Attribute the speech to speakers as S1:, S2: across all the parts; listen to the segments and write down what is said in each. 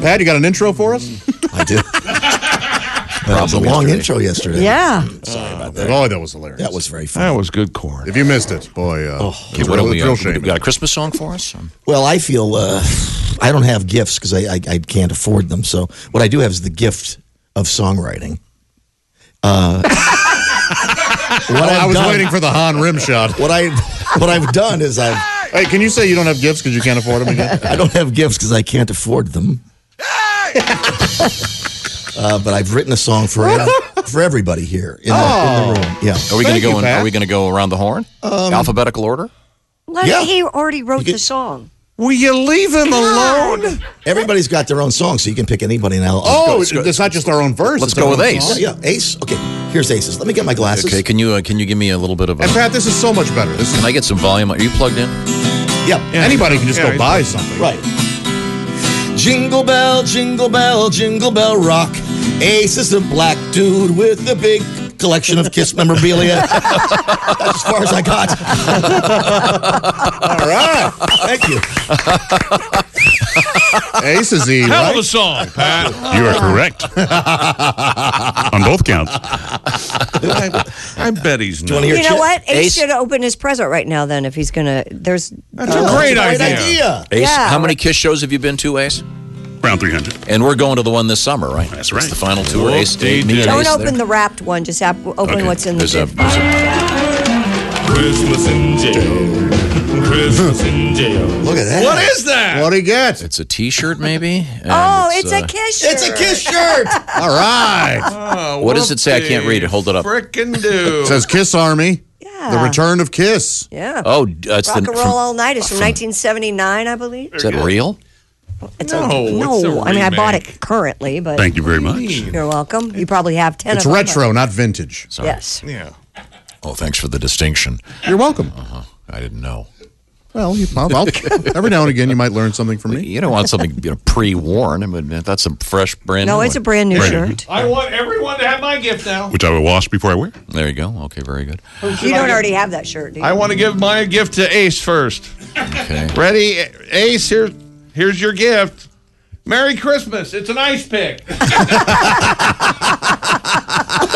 S1: Pat, you got an intro for us?
S2: I do. that was a long intro yesterday.
S3: Yeah.
S2: Sorry about that.
S1: That, oh, that was hilarious.
S2: That was very fun.
S4: That was good corn.
S1: If you missed it, boy, uh, oh,
S5: Okay, what do we, uh, we got a Christmas song for us? Um,
S2: Well, I feel uh, I don't have gifts because I, I I can't afford them. So what I do have is the gift of songwriting. Uh,
S1: Oh,
S2: what
S1: I
S2: I've
S1: was
S2: done-
S1: waiting for the Han rim shot.
S2: What I what I've done is I've
S1: Hey, can you say you don't have gifts because you can't afford them again?
S2: I don't have gifts because I can't afford them. uh, but I've written a song for for everybody here in the,
S1: Oh.
S2: in the room. Yeah,
S5: are we going
S1: Thank
S5: to
S1: you,
S5: go? In,
S1: Pat.
S5: are we going to go around the horn? Alphabetical order.
S3: Like
S2: Yeah.
S3: he already wrote
S2: could-
S3: the song.
S4: Will you leave him alone?
S2: everybody's got their own song, so you can pick anybody. And I'll,
S1: Oh, it's not just our own verse.
S5: Let's
S1: it's our
S5: go with
S1: own
S5: Ace.
S1: song.
S2: Oh, yeah, yeah, Ace. Okay, here's Aces. Let me get my glasses.
S5: Okay, can you uh, can you give me a little bit of? A,
S1: And Pat, this is so much better. This is,
S5: can I get some volume? Are you plugged in?
S2: Yeah.
S1: anybody can just
S4: Yeah,
S1: go
S4: he's-
S1: buy something.
S2: Right. Jingle bell, jingle bell, jingle bell rock. Ace is a black dude with a big collection of Kiss memorabilia. That's as far as I got.
S1: All right.
S2: Thank you.
S1: Ace is E,
S4: Hell of a
S1: right?
S4: song, Pat.
S6: You are correct on both counts.
S4: I, I bet he's
S2: wanna
S4: not.
S2: hear- Your
S3: you know
S2: chi-
S3: what? Ace,
S5: Ace-
S3: should open his present right now then if he's going to. There's.
S4: That's a great
S2: Great
S4: idea.
S2: idea.
S5: Ace,
S3: Yeah.
S5: how many Kiss shows have you been to, Ace?
S6: Round 300.
S5: And we're going to the one this summer, right?
S6: That's
S5: It's
S6: right.
S5: the final tour. Ace,
S4: Whoop-dee-doo.
S5: Dave, me, and
S3: Don't
S5: Ace
S3: open
S5: there.
S3: the wrapped one. Just have, open
S6: Okay.
S3: what's in the
S5: There's a,
S3: gift
S5: there's a
S6: Christmas in jail. Christmas in jail.
S2: Look at that.
S4: What is that?
S1: What do you get?
S5: it's a T-shirt maybe. and
S3: Oh, it's,
S5: uh,
S3: a kiss
S2: It's a
S3: shirt.
S2: Kiss shirt.
S1: All right.
S5: What does it say? I can't read it. Hold it up.
S4: Frickin' do.
S1: It says Kiss Army.
S3: Yeah.
S1: The return of Kiss.
S3: Yeah.
S5: Oh, d- uh, it's
S3: Rock
S5: the
S3: and Roll All Night is from 1979, I believe.
S5: Is that real?
S3: It's
S4: No,
S3: a,
S4: it's
S3: no.
S4: a
S3: I mean, I bought
S4: remake.
S3: it currently, but
S6: Thank you very much.
S3: you're welcome. You probably have 10
S1: It's
S3: of them, but-
S1: retro, not vintage.
S3: Yes.
S4: Yeah.
S5: Oh, thanks for the distinction. Uh-huh.
S1: You're welcome.
S5: I didn't know.
S1: Well, you, I'll, I'll- every now and again you might learn something from me.
S5: You don't want something you know, pre-worn. I mean, that's a fresh brand.
S3: No,
S5: new
S3: it's a
S5: one.
S3: brand new
S6: Brand new.
S3: shirt.
S4: I want everyone to have my gift now.
S6: Which I will wash before I wear.
S5: There you go. Okay, very Oh, good.
S3: You don't already have that shirt, do you?
S4: I want to give my gift to Ace first.
S5: Okay.
S4: Ready, Ace? Here, here's your gift. Merry Christmas. It's an ice pick.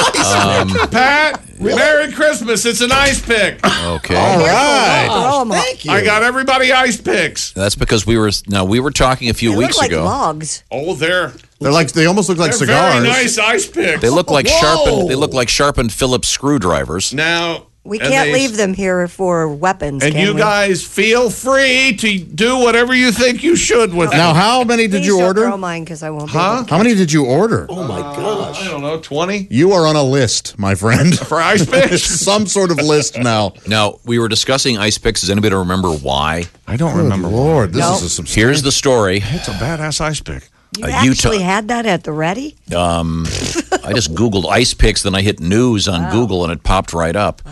S4: Pat, Merry Christmas. It's an ice pick.
S5: Okay.
S1: All right.
S3: Oh, Throw 'em up.
S2: Thank you.
S4: I got everybody ice picks.
S5: That's because we were now we were talking a few
S3: They
S5: weeks
S3: look like
S5: ago.
S3: logs.
S4: Oh, they're,
S1: They're like they almost look like
S4: they're
S1: cigars.
S4: very nice ice picks.
S5: They look like
S2: Whoa.
S5: sharpened. They look like sharpened Phillips screwdrivers.
S4: now.
S3: We
S4: and
S3: can't
S4: they-
S3: leave them here for weapons.
S4: And
S3: can
S4: you
S3: we?
S4: guys feel free to do whatever you think you should with
S1: Now,
S4: them.
S1: how many did
S3: Please
S1: you
S3: don't
S1: order?
S3: Throw mine because I won't.
S4: Huh?
S3: Be
S1: How many did you order?
S2: Oh my
S4: I
S2: gosh.
S4: don't know, 20
S1: You are on a list, my friend.
S4: for ice picks?
S1: Some sort of list now.
S5: Now we were discussing ice picks. Does anybody remember why?
S4: I don't
S1: Remember, Lord, this
S3: No.
S1: is a substantial.
S5: Here's the story.
S4: It's a badass ice pick.
S3: You
S5: Uh, Utah-
S3: actually had that at the ready?
S5: I just Googled ice picks, then I hit news on Google and it popped right up.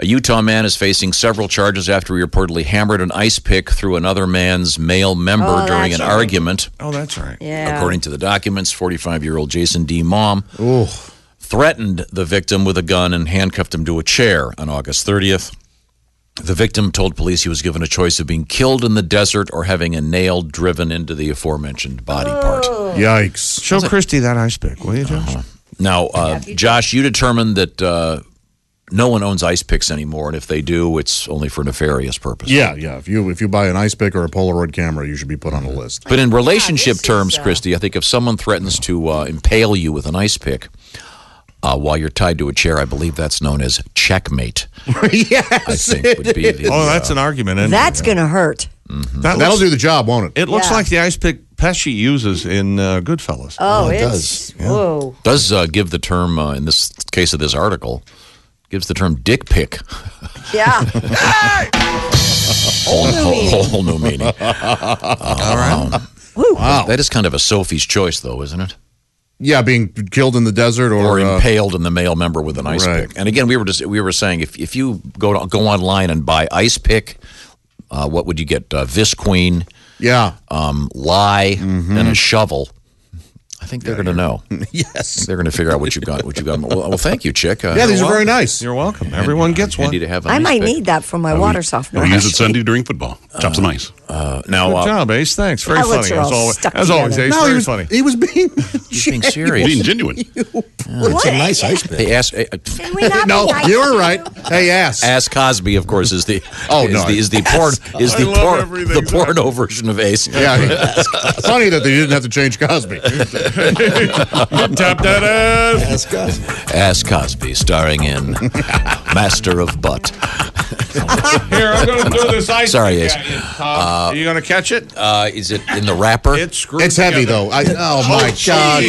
S5: A Utah man is facing several charges after he reportedly hammered an ice pick through another man's male member
S3: Oh,
S5: during an
S3: that's right.
S5: argument.
S4: Oh, that's right.
S3: Yeah.
S5: According to the documents, 45 year old Jason D. Mom threatened the victim with a gun and handcuffed him to a chair on August 30th. The victim told police he was given a choice of being killed in the desert or having a nail driven into the aforementioned body part.
S1: Oh. Yikes.
S4: Show Christy that ice pick, will you, Josh?
S5: Now, uh, Josh, you determined that uh, no one owns ice picks anymore, and if they do, it's only for nefarious purposes.
S1: Yeah, yeah. If you if you buy an ice pick or a Polaroid camera, you should be put on a list.
S5: But in relationship
S3: this is,
S5: terms,
S3: uh,
S5: Christy, I think if someone threatens to uh, impale you with an ice pick uh, while you're tied to a chair, I believe that's known as checkmate. I
S1: yes.
S5: think would be the,
S4: Oh, that's an argument. Isn't
S3: That's going to hurt.
S4: it? That
S1: That'll
S4: looks,
S1: do the job, won't it?
S4: It looks
S3: Yeah.
S4: like the ice pick Pesci uses in uh, Goodfellas.
S3: Oh,
S2: it
S3: it's,
S2: does.
S3: Whoa.
S5: does uh, give the term uh, in this case of this article gives the term dick pic
S3: Yeah.
S5: whole, whole, whole new meaning. Um,
S1: Wow.
S5: That is kind of a Sophie's choice, though, isn't it?
S1: Yeah, being killed in the desert or,
S5: or
S1: uh,
S5: impaled in the male member with an ice
S1: Right.
S5: pick. And again, we were just we were saying if, if you go to, go online and buy ice pick, uh, what would you get? Uh, Vis Queen,
S1: yeah.
S5: um, lie, and a shovel. I think they're going to know.
S1: yes.
S5: They're going to figure out what you got. What you got. Well, well thank you, chick. Uh,
S1: Yeah, these
S5: you're
S1: are very nice.
S4: You're welcome. Everyone gets
S5: handy
S4: one.
S5: to have. an
S3: I
S5: ice
S3: might
S5: pick.
S3: need that for my water softener.
S6: We use it
S3: actually.
S6: Sunday during football. Chop some ice.
S5: Uh, now,
S4: Good
S5: uh,
S4: job, Ace. Thanks. Very
S3: Eyelids
S4: funny.
S3: are
S4: As
S3: Oh, all
S4: always,
S3: stuck
S4: as always Ace.
S3: together.
S4: very
S1: he was
S4: funny.
S1: he was being
S5: he's being serious.
S6: Being genuine.
S3: What?
S2: It's a nice ice pick.
S5: They asked. Uh,
S3: Can we not
S1: no.
S3: be nice
S1: You were
S3: to
S1: right.
S3: you?
S1: Hey, ass.
S5: Ask Cosby, of course, is the
S1: Oh,
S5: is
S1: no.
S5: the is the porn is the
S4: I love
S5: porn
S4: everything.
S5: the porno version of Ace.
S1: Yeah. he- funny that they didn't have to change Cosby.
S4: Tap that ass.
S2: That's good.
S5: Ask Cosby, starring in Master of Butt.
S4: Here, I'm going to do this ice
S5: Sorry,
S4: pick
S5: Ace.
S4: at you, Tom. Are you going to catch it?
S5: Uh, is it in the wrapper?
S4: It's screwed
S1: It's heavy
S4: together.
S1: though. I, oh my god.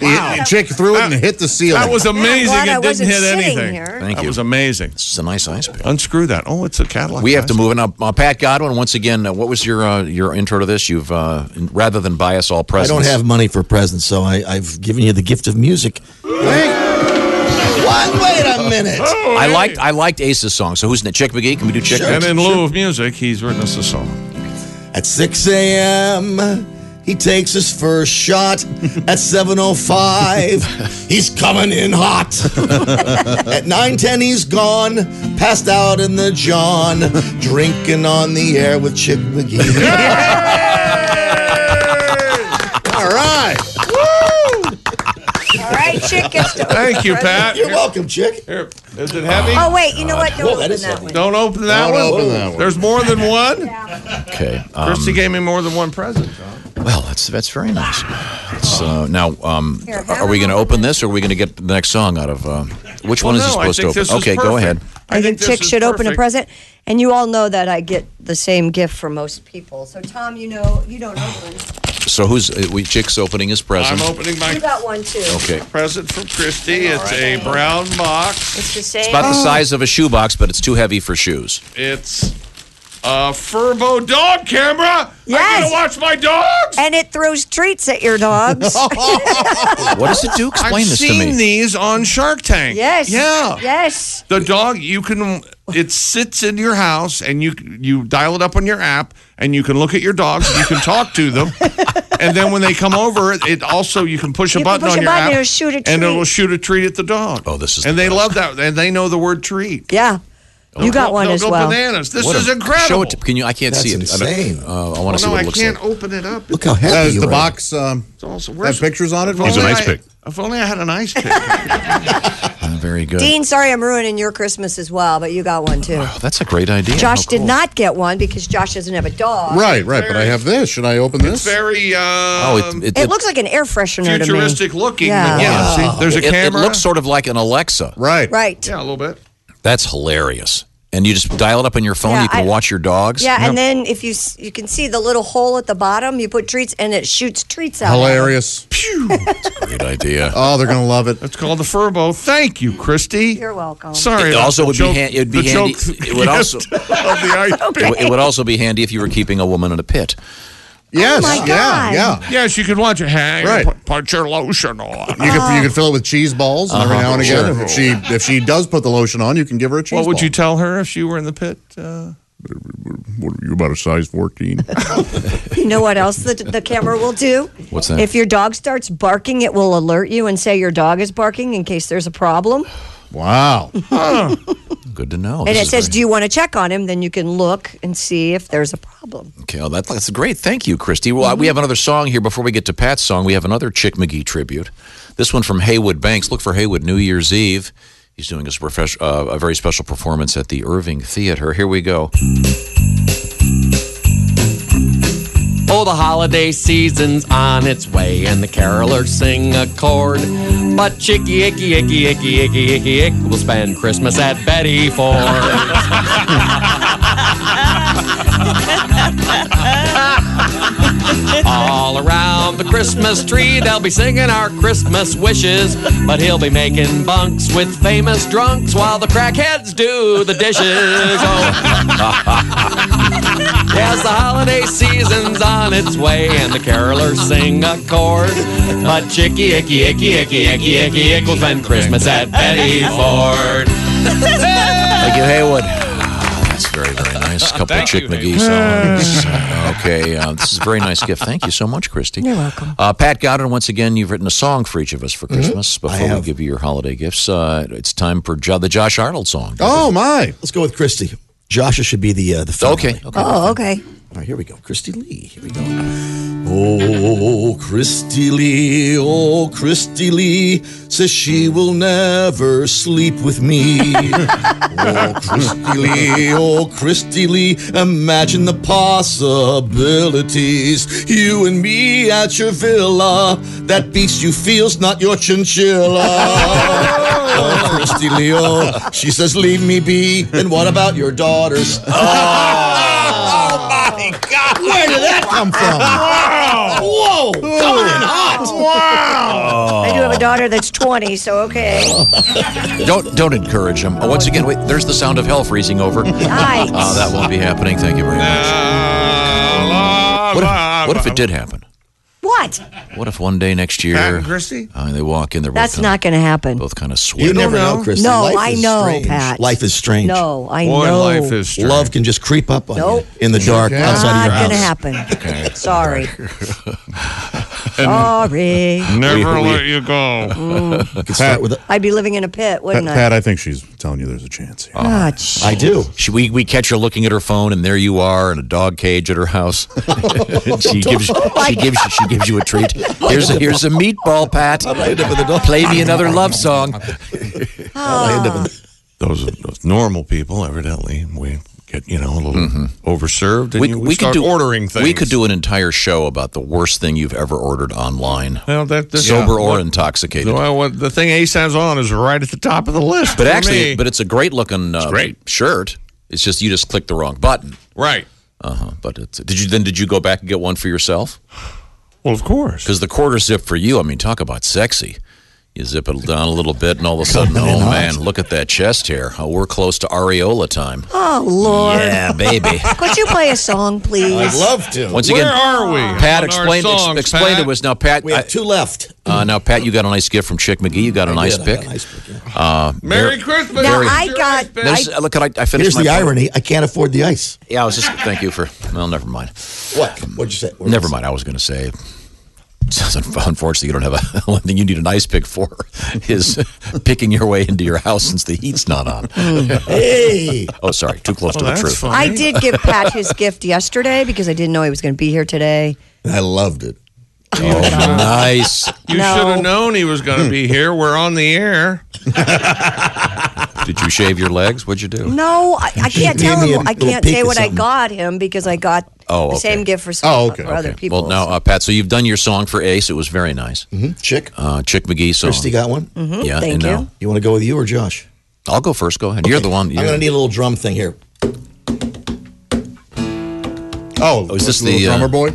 S1: Wow. Chick threw it and hit the ceiling.
S4: That was amazing.
S3: glad I
S4: it didn't
S3: wasn't
S4: hit
S3: sitting
S4: anything.
S3: here.
S5: Thank
S4: that
S5: you.
S4: was amazing.
S5: It's a nice ice pick.
S4: Unscrew that. Oh, it's a Cadillac.
S5: We have to
S4: ice.
S5: move it up. Uh, Pat Godwin, once again, uh, what was your uh, your intro to this? You've uh, rather than buy us all
S2: I don't
S5: presents.
S2: have money for presents, so I, I've given you the gift of music. What? Wait a minute.
S5: I liked I liked Ace's song. So who's in it? Chick McGee? Can we do Chick?
S4: And in lieu of music, he's written us a song.
S2: At 6 a.m., he takes his first shot. At 7.05, he's coming in hot. At 9.10, he's gone, passed out in the john, drinking on the air with Chick McGee.
S1: all right.
S3: All right, chick gets to
S4: Thank you,
S3: open
S4: Pat.
S2: You're welcome, Chick.
S4: Here, is it heavy?
S3: Oh wait, you know what? Don't
S2: that
S3: open
S2: is
S3: that
S2: heavy.
S3: one.
S4: Don't open that
S1: Don't
S4: one.
S1: open that one.
S4: There's more than one.
S5: Okay. Um,
S4: Christy gave me more than one present. John.
S5: well, that's that's very nice. So now, um,
S3: Here, have
S5: are we going to
S3: another
S5: open this, or are we going to get the next song out of? Uh, which
S4: Well,
S5: one is he
S4: Oh, no, I
S5: supposed to
S4: think
S5: open?
S4: this is
S5: okay, go ahead.
S4: perfect.
S3: I think
S4: this
S3: Chick
S4: is
S3: should open a
S4: perfect.
S3: present. And you all know that I get the same gift for most people. So Tom, you know you don't open.
S5: So who's uh, we? Chick's opening his present.
S4: I'm opening
S3: You
S4: my
S3: got one too.
S5: Okay,
S4: present from Christy. It's a brown box.
S3: It's the same.
S5: about the size of a shoebox, but it's too heavy for shoes.
S4: It's a Furbo dog camera. I gotta
S3: Yes.
S4: watch my dogs.
S3: and it throws treats at your dogs.
S5: What does it do? Explain
S4: I've
S5: this to
S4: seen
S5: me.
S4: these on Shark Tank.
S3: yes.
S4: Yeah.
S3: Yes.
S4: The dog, you can. It sits in your house, and you you dial it up on your app, and you can look at your dogs. You can talk to them, and then when they come over, it, it also you can push a
S3: You can
S4: button
S3: push
S4: on
S3: a
S4: your
S3: button
S4: app,
S3: and it'll shoot a
S4: and
S3: treat.
S4: it'll shoot a treat at the dog.
S5: Oh, this is
S4: and
S5: the
S4: they
S5: best.
S4: love that, and they know the word treat.
S3: Yeah. You got one
S4: They'll
S3: as
S4: go
S3: well.
S4: Bananas. This
S5: What
S4: is
S5: a-
S4: incredible.
S5: Show it. To, can you? I can't
S2: That's
S5: see it. I don't-
S2: insane.
S5: Uh, I want to see
S4: no,
S5: what
S4: I
S5: it looks
S4: can't
S5: like.
S4: open it up.
S2: Look how
S1: That
S2: happy
S1: is
S2: you
S1: the
S2: are.
S1: box. Um,
S4: It's also,
S1: have
S4: where's-
S1: pictures on it.
S4: If
S6: It's an
S4: only
S6: ice
S4: I-
S6: pick.
S4: If only I had an ice pick.
S5: Uh, very good.
S3: Dean, sorry I'm ruining your Christmas as well, but you got one too.
S5: Oh, that's a great idea.
S3: Josh
S5: How
S3: did
S5: cool.
S3: not get one because Josh doesn't have a dog.
S1: Right, right. But I have this. Should I open this?
S4: Very um,
S5: Oh, it, it,
S3: It,
S5: it-
S3: looks like an air freshener
S4: futuristic
S3: to me.
S4: looking.
S3: Yeah.
S4: Yeah, yeah. See, there's a
S5: it- it
S4: camera.
S5: looks sort of like an Alexa.
S1: Right.
S3: Right.
S4: yeah, a little bit.
S5: That's hilarious. And you just dial it up on your phone.
S3: Yeah,
S5: you can
S3: I-
S5: watch your dogs.
S3: Yeah, and then if you s- you can see the little hole at the bottom, you put treats and it shoots treats out.
S1: Hilarious.
S5: Great idea.
S1: Oh, they're gonna love it.
S4: It's called the Furbo. Thank you, Christy.
S3: You're welcome.
S4: Sorry.
S5: It
S4: about
S5: also
S4: the
S5: would be
S4: joke-
S5: han- it'd be
S4: the
S5: handy-
S4: joke
S5: it would also-
S4: of the ice pick.
S5: It, it would also be handy if you were keeping a woman in a pit.
S1: Yes.
S3: my
S1: yeah.
S3: God.
S1: Yeah.
S4: Yes, you could watch it hang.
S1: Right.
S4: Right. Put, put your lotion on.
S1: You could you could fill it with cheese balls and every
S5: Uh-huh.
S1: now and again.
S5: Sure.
S1: If she if she does put the lotion on, you can give her a cheese.
S4: what would
S1: ball.
S4: you tell her if she were in the pit? Uh,
S1: What are you about a size fourteen?
S3: You know what else the, the camera will do?
S5: What's that?
S3: If your dog starts barking, it will alert you and say your dog is barking in case there's a problem.
S1: wow.
S5: Good to know.
S3: And
S5: This
S3: it
S5: is
S3: says,
S5: very-
S3: Do you want to check on him? Then you can look and see if there's a problem.
S5: Okay, well, that's, that's great. Thank you, Christy. Well,
S3: Mm-hmm.
S5: we have another song here before we get to Pat's song. We have another Chick McGee tribute. This one from Haywood Banks. Look for Haywood New Year's Eve. He's doing a, profes- uh, a very special performance at the Irving Theater. Here we go.
S7: Oh, the holiday season's on its way, and the carolers sing a chord. But Chicky Icky Icky Icky Icky Icky Ick will spend Christmas at Betty Ford. All around the Christmas tree, they'll be singing our Christmas wishes. But he'll be making bunks with famous drunks while the crackheads do the dishes. Oh, Yes, the holiday season's on its way, and the carolers sing a chord. But chicky, icky, icky, icky, icky, icky, icky, will spend Christmas at Betty Ford.
S5: Thank you, Haywood. Oh, That's very, very nice. A couple of Chick McGee songs. okay, uh, this is a very nice gift. Thank you so much, Christy. You're welcome. Uh, Pat Godden, once again, you've written a song for each of us for Christmas. Before we give you your holiday gifts, uh, it's time for jo- the Josh Arnold song.
S1: Oh my.
S2: Let's go with Christy. Joshua should be the uh, the
S5: okay.
S2: finale.
S5: okay.
S3: Oh, okay.
S2: All right, here we go. Christy Lee. Here we go. Oh, Christy Lee, oh, Christy Lee says she will never sleep with me. oh, Christy Lee, oh, Christy Lee, imagine the possibilities. You and me at your villa, that beast you feel's not your chinchilla. Oh, Christy Leo. She says, leave me be. And what about your daughters? Oh, my God. Where did that come from? Whoa. Coming in hot.
S3: I do have a daughter that's 20, so okay.
S2: Oh.
S5: Don't don't encourage him. Oh, once again, wait. There's the sound of hell freezing over.
S3: Yikes.
S2: Oh,
S5: Uh, that won't be happening. Thank you very much. What if, what if it did happen?
S3: What?
S5: What if one day next
S4: Pat
S5: year
S4: and Christy?
S5: uh, they walk in? They're both
S3: That's
S5: kinda,
S3: not going to happen.
S5: both kind of
S2: You
S5: sweating.
S2: never know,
S4: know.
S2: Christy.
S3: No,
S2: Life
S3: I
S2: is
S3: know,
S2: strange.
S3: Pat.
S2: Life is strange.
S3: No, I
S4: Boy,
S3: know.
S4: life is strange.
S2: Love can just creep up on
S3: Nope.
S2: you in the dark outside of
S3: Not
S2: your
S3: gonna
S2: house.
S3: happen. Sorry. Sorry.
S4: Never
S5: We- we-
S4: let you go.
S2: You could start with a,
S3: I'd be living in a pit,
S1: Pat,
S3: wouldn't
S1: Pat, I think she's telling you there's a chance.
S5: Oh.
S1: Here.
S3: I? God, sh-
S2: I do.
S5: She, we, we catch her looking at her phone, and there you are in a dog cage at her house. she gives she gives you, she gives you a treat. Here's a, here's a meatball, Pat. Play me another love song.
S4: Those, those normal people, evidently, we get you know a little overserved, and
S5: Mm-hmm. We,
S4: you
S5: we could
S4: start
S5: do
S4: ordering things.
S5: We could do an entire show about the worst thing you've ever ordered online,
S4: well, that, that-
S5: sober
S4: Uh, yeah,
S5: or
S4: what-
S5: intoxicated.
S4: Well, what the thing Ace has on is right at the top of the list.
S5: But
S4: for
S5: actually,
S4: me.
S5: but it's a great looking uh,
S4: great.
S5: shirt. It's just you just clicked the wrong button.
S4: right.
S5: Uh huh. But it's, did you then? Did you go back and get one for yourself?
S4: Well, of course.
S5: Because the quarter zip for you, I mean, talk about sexy. You zip it down a little bit, and all of a sudden, oh man, look at that chest hair. Oh, we're close to areola time.
S3: oh Lord.
S5: Yeah, baby.
S3: Could you play a song, please?
S2: Love to.
S5: Once
S4: Where
S5: again,
S4: are we?
S5: Pat,
S4: on our
S5: explain, ex-
S4: songs,
S5: explain
S4: Pat?
S5: to us now. Pat,
S2: we have
S5: I-
S2: two left.
S5: uh, now Pat, you got a nice gift from Chick McGee. You got a nice
S2: Yeah, I
S5: pick.
S2: got an ice pick, yeah.
S4: Merry Christmas.
S3: Now,
S4: Merry
S3: I
S4: Christmas,
S3: got-
S4: Ben.
S5: There's- uh, look, I, I finished
S2: Here's
S5: my
S2: the
S5: point.
S2: irony. I can't afford the ice.
S5: Yeah, I was just thank you for. Well, never mind.
S2: What? What'd you say? What
S5: Never
S2: was-
S5: mind. I was going to say. Unfortunately, you don't have a one thing you need an ice pick for is picking your way into your house since the heat's not
S2: Hmm.
S5: on.
S2: Hey.
S5: oh, sorry, too close to the
S4: That's
S5: truth.
S4: funny.
S3: I did give Pat his gift yesterday because I didn't know he was going to be here today.
S2: I loved it.
S5: Oh, Nice.
S4: You
S3: No.
S4: should have known he was going to be here. We're on the air.
S5: Did you shave your legs? What'd you do?
S3: No, I, I
S2: Gave
S3: can't tell
S2: me a
S3: him. I
S2: little
S3: can't
S2: peek
S3: say
S2: of
S3: what I
S2: something.
S3: got him because I got
S5: Oh,
S3: the
S5: okay.
S3: same gift for some
S1: Oh, okay,
S3: for other people.
S5: Well, now, uh, Pat, so you've done your song for Ace. It was very nice.
S2: Chick.
S5: Uh, Chick McGee song.
S2: Christy got one.
S5: yeah,
S3: Mm-hmm. thank
S5: and
S3: you.
S5: now-
S2: You want to go with you or Josh?
S5: I'll go first. Go ahead. You're the one.
S2: I'm
S5: you're-
S2: going to need a little drum thing here.
S1: Oh,
S5: is this
S1: little
S5: the, uh,
S1: drummer boy?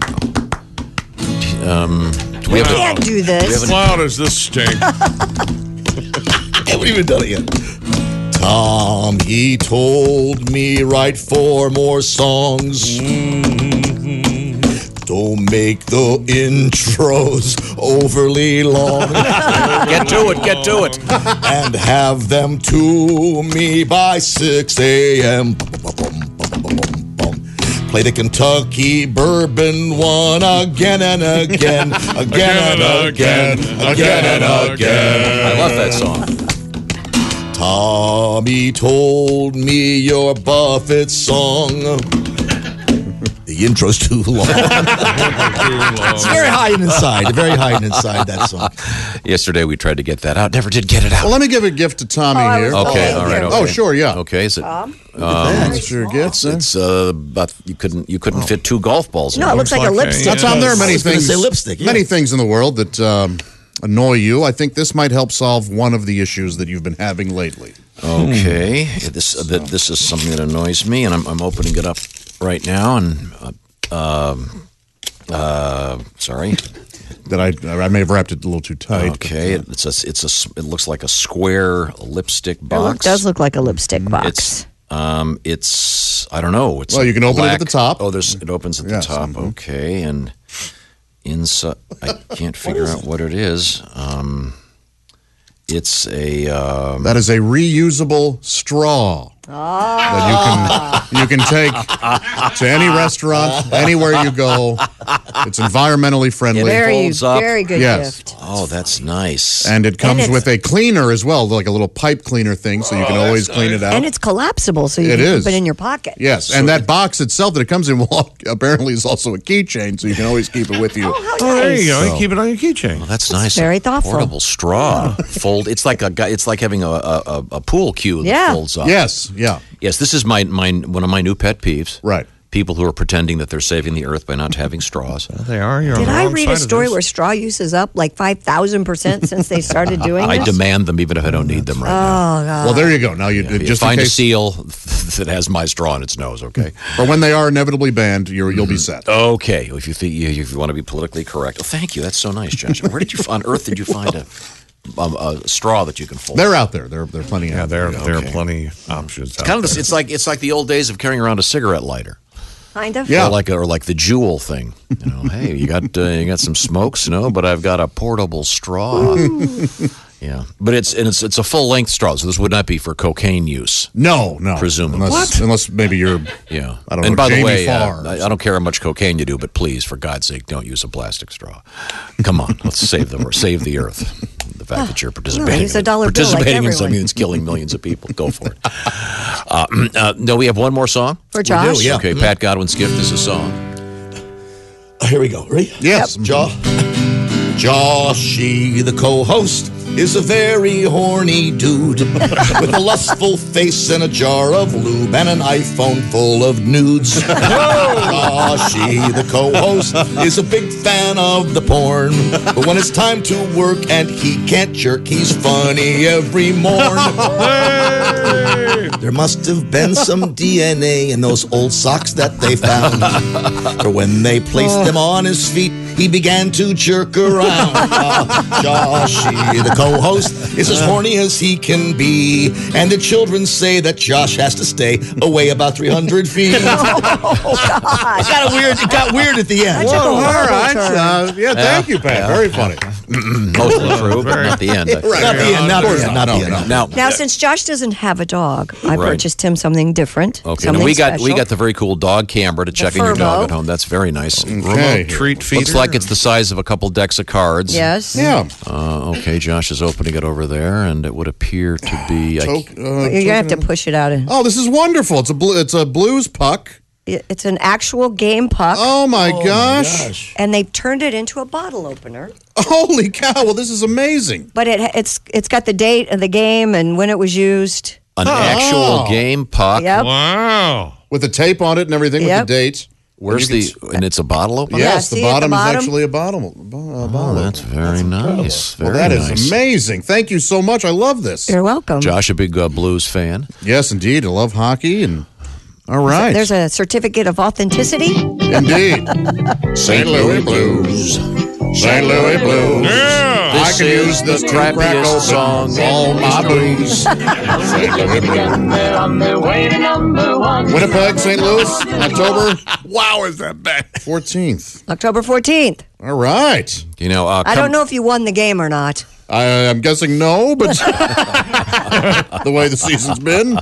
S5: do we have
S3: you
S5: a-
S3: can't do this.
S4: Wow, does this stink?
S2: I haven't even done it yet. Tom, he told me write four more songs. Mm-hmm. Don't make the intros overly long
S5: get to it. Get to it.
S2: and have them to me by 6 a.m. Play the Kentucky Bourbon one again and again, again and again, again and again.
S5: I love that song.
S2: Tommy told me your Buffett song. The intro's too long. it's very high and inside. Very high and inside that song.
S5: Yesterday we tried to get that out. Never did get it
S1: Well,
S5: out.
S1: let me give a gift to Tommy
S3: Oh, I
S1: here.
S3: was-
S5: Okay.
S3: Oh,
S5: all right.
S3: here.
S5: Okay.
S1: Oh, sure, yeah.
S5: Okay. Is it?
S2: Um,
S1: That's your gift.
S5: It's, it's uh, but you couldn't you couldn't fit two golf balls. in
S3: No, it
S5: there.
S3: looks like a lipstick.
S1: Now, Tom, there are many
S2: was gonna
S1: things.
S2: say lipstick, yeah.
S1: Many things in the world that um, annoy you. I think this might help solve one of the issues that you've been having lately.
S5: Okay.
S1: Hmm.
S5: Yeah, This uh, th- this is something that annoys me, and I'm, I'm opening it up right now. And uh, um, uh, sorry.
S1: That I I may have wrapped it a little too tight.
S5: Okay. It's a it's a s- it looks like a square lipstick box.
S3: It does look like a lipstick box.
S5: It's um it's I don't know. It's
S1: Well, you can open it at
S5: black-
S1: the top.
S5: Oh, there's it opens at
S1: Yes,
S5: the top.
S1: mhm.
S5: Okay, and inside I can't figure out what it is. Um, it's a. Um,
S1: That is a reusable straw.
S3: Ah.
S1: that you can you can take to any restaurant, anywhere you go. It's environmentally friendly.
S5: It
S3: Very,
S5: folds up.
S3: very good
S1: Yes.
S3: gift.
S5: Oh, that's nice.
S1: and it comes
S3: it's-
S1: with a cleaner as well, like a little pipe cleaner thing, so you can always clean it out.
S3: And it's collapsible, so you
S1: It
S3: can
S1: is.
S3: keep it in your pocket.
S1: yes, and that box itself that it comes in will apparently is also a keychain, so you can always keep it with you.
S3: Oh, how
S4: Oh, there
S3: nice.
S4: you go. You keep it on your keychain.
S5: That's nice.
S3: very
S5: A
S3: thoughtful.
S5: Portable straw fold. It's like a guy. It's like having a a, a- a pool cue that
S3: Yeah.
S5: folds up.
S1: Yes, yeah,
S5: Yes. This is my my one of my new pet peeves.
S1: right.
S5: People who are pretending that they're saving the earth by not having straws.
S4: They are. You're on
S3: Did
S4: the
S3: I
S4: wrong
S3: read a
S4: side of
S3: story
S4: this.
S3: where straw use is up like 5,000% since they started doing
S5: I
S3: this? Uh, Oh,
S5: demand them even if I don't need them right now.
S1: Well, there you go. Now you
S5: You
S1: just in
S5: find a
S1: case,
S5: seal that has my straw in its nose. Okay.
S1: or when they are inevitably banned, you're, you'll be
S5: Mm-hmm.
S1: set.
S5: Okay. If you think you, if you want to be politically correct, oh, thank you. That's so nice, Josh. Where did you on earth did you find a, a, a straw that you can fold?
S1: They're out there. They're they're plenty
S4: Yeah,
S1: out
S4: there, there are
S5: Okay.
S4: plenty of options. out
S5: kind of.
S4: there.
S5: It's like it's like the old days of carrying around a cigarette lighter.
S3: Kind of?
S1: Yeah.
S5: or like or like the jewel thing. You know, hey, you got uh, you got some smokes, no, but I've got a portable straw. yeah, but it's and it's it's a full length straw, so this would not be for cocaine use.
S1: No, no.
S5: Presumably.
S1: Unless, unless maybe you're.
S5: Yeah,
S1: I don't
S5: and
S1: know.
S5: by
S1: Jamie
S5: the way, uh,
S1: Farr.
S5: I, I don't care how much cocaine you do, but please, for God's sake, don't use a plastic straw. Come on, let's save the save the earth. The fact
S3: Ah,
S5: that you're participating,
S3: use a
S5: in-
S3: dollar bill like
S5: participating in something
S3: everyone.
S5: that's killing millions of people, go for it. Uh, uh, no, we have one more song.
S3: For Josh?
S1: yeah.
S5: Okay, Pat Godwin's gift is a song.
S2: Oh, Here we go. Ready?
S1: Yes.
S2: Jaw. Joshy, the co-host, is a very horny dude with a lustful face and a jar of lube and an iPhone full of nudes. Joshy, the co-host, is a big fan of the porn, but when it's time to work and he can't jerk, he's funny every morn. There must have been some DNA in those old socks that they found. For when they placed them on his feet, he began to jerk around. Ah, Joshy, the co host, is as horny as he can be. And the children say that Josh has to stay away about 300 feet. it got weird. It got weird at the end.
S1: Oh, all
S3: horrible
S1: right.
S3: turn.
S1: Uh, yeah, thank you, Pat. Very funny.
S5: mostly true, but not the end.
S2: Not the end. Not the end.
S1: Oh,
S2: Not the end.
S5: Now,
S3: Now, since Josh doesn't have a dog, I
S5: Right.
S3: purchased him something different.
S5: okay, now
S3: something
S5: we got we
S3: special.
S5: got the very cool dog camera to check in your
S3: Furbo.
S5: dog at home. That's very nice.
S1: Okay.
S4: treat feeder.
S5: Looks like it's the size of a couple decks of cards.
S3: Yes.
S1: Yeah.
S5: Uh, okay, Josh is opening it over there, and it would appear to be. I-
S1: Oh, uh,
S3: You're going to have to push it out.
S1: oh, this is wonderful. It's a blue, it's a blues puck.
S3: It- It's an actual game puck,
S1: Oh my gosh.
S3: and they've turned it into a bottle opener.
S1: Holy cow. Well, this is amazing.
S3: But it it's it's got the date of the game and when it was used.
S5: an
S1: Oh.
S5: actual game puck.
S3: Yep.
S4: wow.
S1: With the tape on it and everything
S3: Yep.
S1: with the date.
S5: Where's
S1: You can
S5: the? And it's a bottle opener.
S3: Yeah,
S1: Yes, the
S3: see at the
S1: bottom,
S3: bottom?
S1: is actually a bottom. bo- a
S5: Oh,
S1: bottom.
S5: that's very nice.
S1: well,
S5: very
S1: that is
S5: nice.
S1: amazing. Thank you so much. I love this.
S3: You're welcome.
S5: Josh, a big uh, blues fan.
S1: Yes, indeed. I love hockey and all right.
S3: There's a certificate of authenticity.
S1: indeed. St. Louis Blues. St. Louis Blues.
S4: Yeah.
S1: I can
S5: is
S1: use this
S5: the
S1: to crack
S5: crappiest
S1: open
S5: song
S1: all my blues. St. Louis Blues. Winnipeg, St. Louis, October
S4: Wow, is that bad?
S1: 14th.
S3: October 14th.
S1: All right.
S5: You know, uh,
S3: I
S5: come-
S3: don't know if you won the game or not.
S1: I, I'm guessing no, but the way the season's been.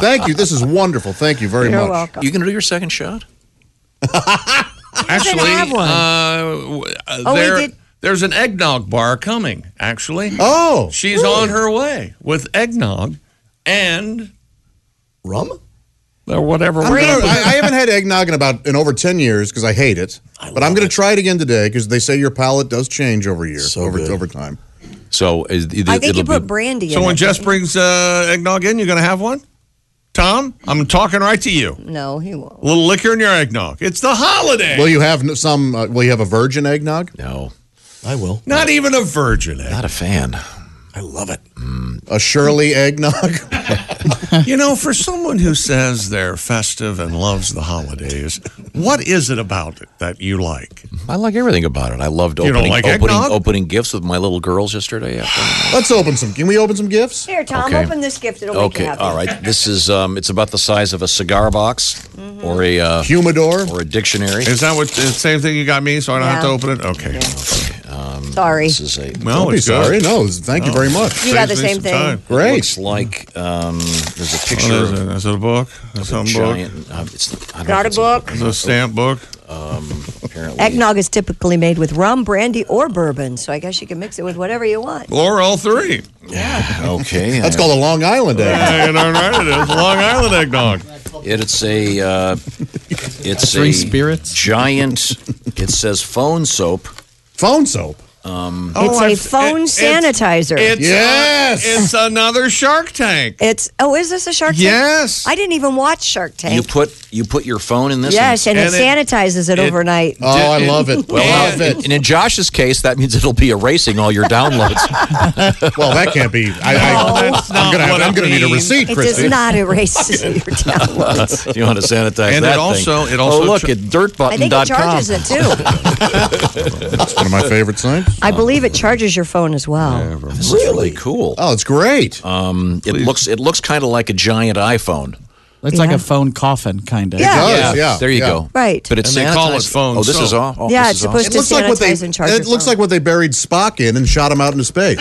S1: Thank you. This is wonderful. Thank you very
S3: You're
S1: much.
S3: welcome.
S5: You gonna do your second shot?
S4: Actually,
S3: have one.
S4: uh, w- uh,
S3: Oh, we
S4: there-
S3: did-
S4: there's an eggnog bar coming, actually.
S1: Oh,
S4: She's on her way with eggnog and
S2: Rum?
S4: or whatever.
S1: I'm
S4: we're
S1: gonna-
S4: gonna put-
S1: I, I haven't had eggnog in about in over ten years because I hate it. but I'm going to try it again today because they say your palate does change over year,
S2: So
S1: over
S2: good.
S1: over time.
S5: So is, it,
S3: I think you
S5: it'll
S3: put
S5: be,
S3: brandy in
S4: so when
S3: it.
S4: Jess brings uh, eggnog in, you're going to have one? Tom, I'm talking right to you.
S3: No, he won't.
S4: A little liquor in your eggnog. It's the holiday.
S1: Will you have n- some? Uh, will you have a virgin eggnog?
S5: no,
S2: I will.
S4: Not even a virgin egg.
S5: not a fan.
S2: I love it.
S1: A Shirley eggnog?
S4: You know, for someone who says they're festive and loves the holidays, what is it about it that you like?
S5: I like everything about it. I loved
S4: don't
S5: opening
S4: like
S5: opening,
S4: eggnog?
S5: opening gifts with my little girls yesterday. After.
S1: Let's open some. Can we open some gifts?
S3: Here, Tom,
S5: Okay.
S3: open this gift. It'll make you
S5: okay,
S3: happy.
S5: all right. This is um, it's about the size of a cigar box
S3: Mm-hmm.
S5: or a uh,
S1: Humidor.
S5: or a dictionary.
S4: Is that what the same thing you got me? So I don't have to
S3: Yeah.
S4: open it. Okay.
S5: Um,
S3: Sorry.
S5: This is a.
S1: Don't
S4: Well,
S1: be
S4: it's good.
S1: sorry. No, thank you very much.
S3: You got the same
S4: Saves me some
S3: thing.
S4: time.
S1: Great.
S5: Looks like um, there's a
S4: Oh,
S5: picture of
S4: there's, a, there's a book. There's
S5: a
S4: some book.
S5: giant. Uh, it's, I don't know
S3: Not
S5: if
S3: a
S5: it's book,
S3: book.
S4: There's a stamp book.
S5: apparently.
S3: Eggnog is typically made with rum, brandy, or bourbon, so I guess you can mix it with whatever you want.
S4: Or all three.
S5: Okay.
S1: That's
S5: I-
S1: called a Long Island egg.
S4: Hanging on right it is. Long Island eggnog.
S5: It's a uh, it's a
S7: Drink spirits?
S5: giant. It says phone soap.
S1: Phone soap.
S4: Oh,
S3: it's a
S4: I've-
S3: phone
S4: it- it's-
S3: sanitizer.
S4: It's uh,
S1: Yes.
S4: it's another Shark Tank.
S3: It's oh, is this a Shark Tank?
S4: Yes.
S3: I didn't even watch Shark
S5: You
S3: Tank.
S5: put you put your phone in this.
S3: yes,
S5: and,
S3: and, it,
S4: and it-
S3: sanitizes it,
S4: it-
S3: overnight.
S1: Oh, I love it.
S5: well,
S1: love
S5: now- and,
S1: it.
S5: and in Josh's case, that means it'll be erasing all your downloads.
S1: Well, that can't be. I, I,
S4: That's
S1: I'm
S4: not
S1: gonna,
S4: what
S1: I'm
S4: I
S1: gonna need a
S4: mean.
S1: receipt,
S3: it
S1: Christy.
S3: does not erase your downloads.
S5: you want to sanitize
S4: And it
S5: that
S4: also-
S5: thing.
S4: it also
S5: oh look
S4: cha-
S5: at dirtbutton.com.
S3: I think it charges it too.
S1: That's one of my favorite signs.
S3: I believe it charges your phone as well.
S5: This is really cool.
S4: Uh,
S5: Mm,
S1: Oh, it's great.
S5: it looks it looks kind of like a giant iPhone.
S8: It's like
S3: Yeah.
S8: a phone coffin, kind of.
S3: Yeah.
S4: Oh,
S1: It does, yeah,
S5: there you
S1: yeah.
S5: go.
S3: Right.
S5: But it's
S4: And they call it
S5: sanitized-
S4: phone
S5: Oh, this is
S4: soap.
S5: all. oh,
S3: Yeah,
S5: this
S3: it's
S5: is all-
S3: supposed
S1: it
S3: to
S1: looks like what they.
S3: sanitize and charge
S1: It
S3: your
S1: looks
S3: phone.
S1: like what they buried Spock in and shot him out into space.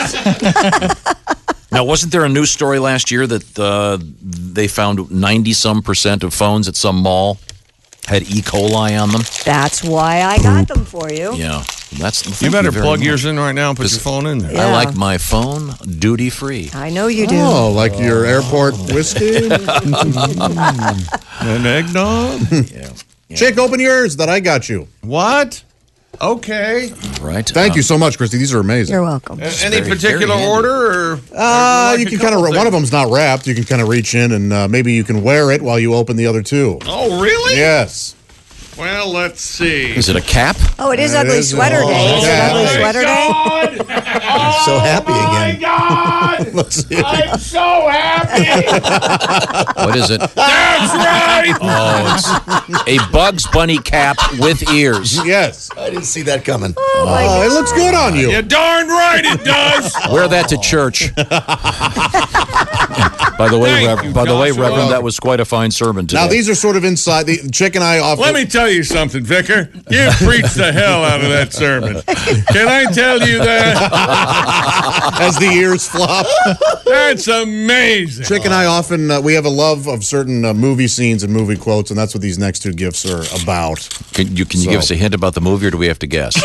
S5: Now, wasn't there a news story last year that uh, they found 90 some percent of phones at some mall had E. coli on them?
S3: That's why I got them for you.
S5: Yeah, that's.
S4: You
S5: thank
S4: better
S5: very
S4: plug
S5: much.
S4: yours in right now and put your phone in there.
S3: Yeah.
S5: I like my phone duty free.
S3: I know you do.
S1: Oh, like your airport whiskey?
S4: An eggnog?
S1: Chick, open yours that I got you.
S4: what? Okay.
S5: Right. Uh,
S1: Thank you so much, Christy. These are amazing.
S3: You're welcome.
S4: A- Any
S5: very,
S4: particular
S5: very handy.
S4: order or
S1: Uh,
S4: Like
S1: you
S4: a
S1: can kind of one
S4: couple
S1: of
S4: things.
S1: them's not wrapped. You can kind of reach in and uh, maybe you can wear it while you open the other two.
S4: Oh, really?
S1: Yes.
S4: Well, let's see.
S5: Is it a cap?
S3: Oh, it is
S1: There it
S3: ugly
S1: is.
S3: sweater
S1: Oh,
S3: day. Is it
S1: yeah.
S3: ugly
S1: Oh, my
S3: sweater day?
S2: so happy again.
S4: God!
S1: Let's see.
S4: I'm so happy!
S5: What is it?
S4: That's right!
S5: Oh, it's a Bugs Bunny cap with ears.
S1: Yes.
S2: I didn't see that coming.
S1: Oh, it looks good on you.
S4: You're darn right it does!
S5: Wear that to church. by the way,
S4: Thank
S5: Reverend,
S4: you,
S5: by the way,
S4: Joshua.
S5: Reverend, that was quite a fine sermon today.
S1: Now these are sort of inside. The Chick and I often.
S4: Let me tell you something, Vicar. You preached the hell out of that sermon. Can I tell you that?
S1: as the ears flop.
S4: That's amazing.
S1: Chick and I often uh, we have a love of certain uh, movie scenes and movie quotes, and that's what these next two gifts are about.
S5: can you can you give us a hint about the movie, or do we have to guess?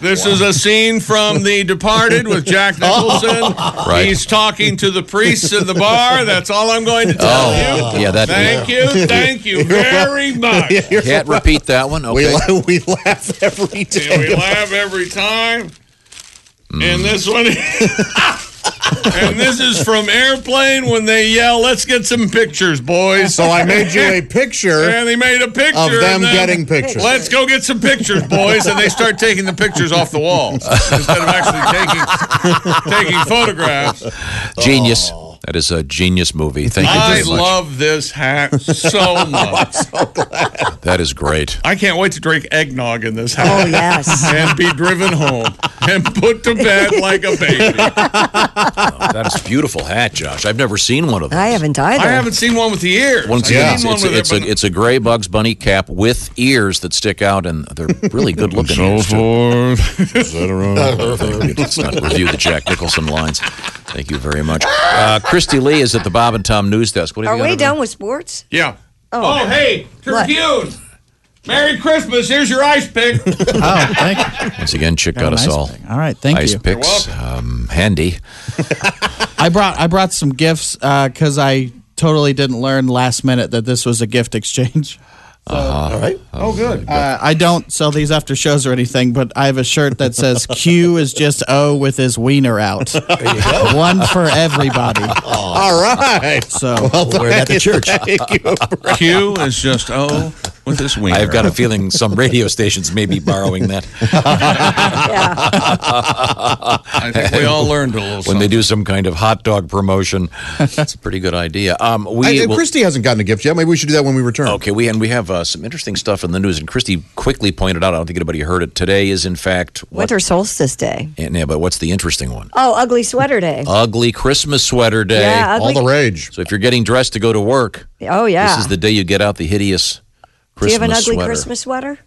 S4: This is a scene from The Departed with Jack Nicholson.
S5: Right.
S4: He's talking to the priests in the bar. That's all I'm going to tell
S5: Oh,
S4: you.
S5: yeah, that-
S4: Thank you, thank you very much.
S5: Can't repeat that one. Okay.
S1: We la- we laugh every
S4: And we
S1: day.
S4: laugh every time.
S1: Mm.
S4: And this one, and this is from Airplane when they yell, "Let's get some pictures, boys."
S1: So I made you a picture
S4: And they made a picture
S1: of them
S4: and then,
S1: getting pictures.
S4: Let's go get some pictures, boys. And they start taking the pictures off the wall instead of actually taking taking photographs.
S5: Genius.
S1: Oh.
S5: That is a genius movie. Thank you
S4: I
S5: very much.
S4: love this hat so much.
S5: that is great.
S4: I can't wait to drink eggnog in this
S3: Oh,
S4: hat
S3: yes.
S4: and be driven home and put to bed like a baby.
S5: That is a beautiful hat, Josh. I've never seen one of those.
S3: I haven't either.
S4: I haven't seen one with the ears.
S5: Once
S4: I
S5: again,
S4: need
S5: it's,
S4: one
S5: it's,
S4: with
S5: it's
S4: it, but-
S5: a, it's a gray Bugs Bunny cap with ears that stick out, and they're really good looking. ears, too.
S4: forth.
S5: Let's not review the Jack Nicholson lines. Thank you very much. Uh, Christy Lee is at the Bob and Tom News Desk. What have
S3: Are
S5: you
S3: we
S5: got over-
S3: done with sports?
S4: yeah.
S3: Oh.
S4: Oh, hey,
S3: What?
S4: Tribune. Merry Christmas. Here's your ice pick.
S8: Oh, thank you.
S5: Once again, Chick got us
S8: Nice
S5: all
S8: thing. All right, thank
S5: ice
S8: you.
S5: picks.
S4: You're
S5: Um, handy.
S8: I brought I brought some gifts because I totally didn't learn last minute that this was a gift exchange. Uh-huh.
S2: All right.
S4: oh, good.
S8: Uh, I don't sell these after shows or anything, but I have a shirt that says Q is just O with his wiener out. One for everybody.
S1: All right.
S8: So
S2: We'll wear that to church.
S4: Q is just O with this wing.
S5: I've got a feeling some radio stations may be borrowing that
S3: Yeah.
S4: I think we all learned a little
S5: when they
S4: something.
S5: do some kind of hot dog promotion. That's a pretty good idea. Um,
S1: I,
S5: we
S1: and
S5: will-
S1: Christy hasn't gotten a gift yet. Maybe we should do that when we return.
S5: Okay, we and we have uh, some interesting stuff in the news. And Christy quickly pointed out. I don't think anybody heard it. Today is in fact what,
S3: Winter solstice day.
S5: and- Yeah, but what's the interesting one?
S3: Oh, ugly sweater day.
S5: Ugly Christmas sweater day.
S3: Yeah,
S1: All
S3: ugly.
S1: the rage.
S5: So if you're getting dressed to go to work,
S3: oh, yeah.
S5: This is the day you get out the hideous
S3: Do
S5: Christmas
S3: you have an ugly
S5: sweater.
S3: Christmas sweater?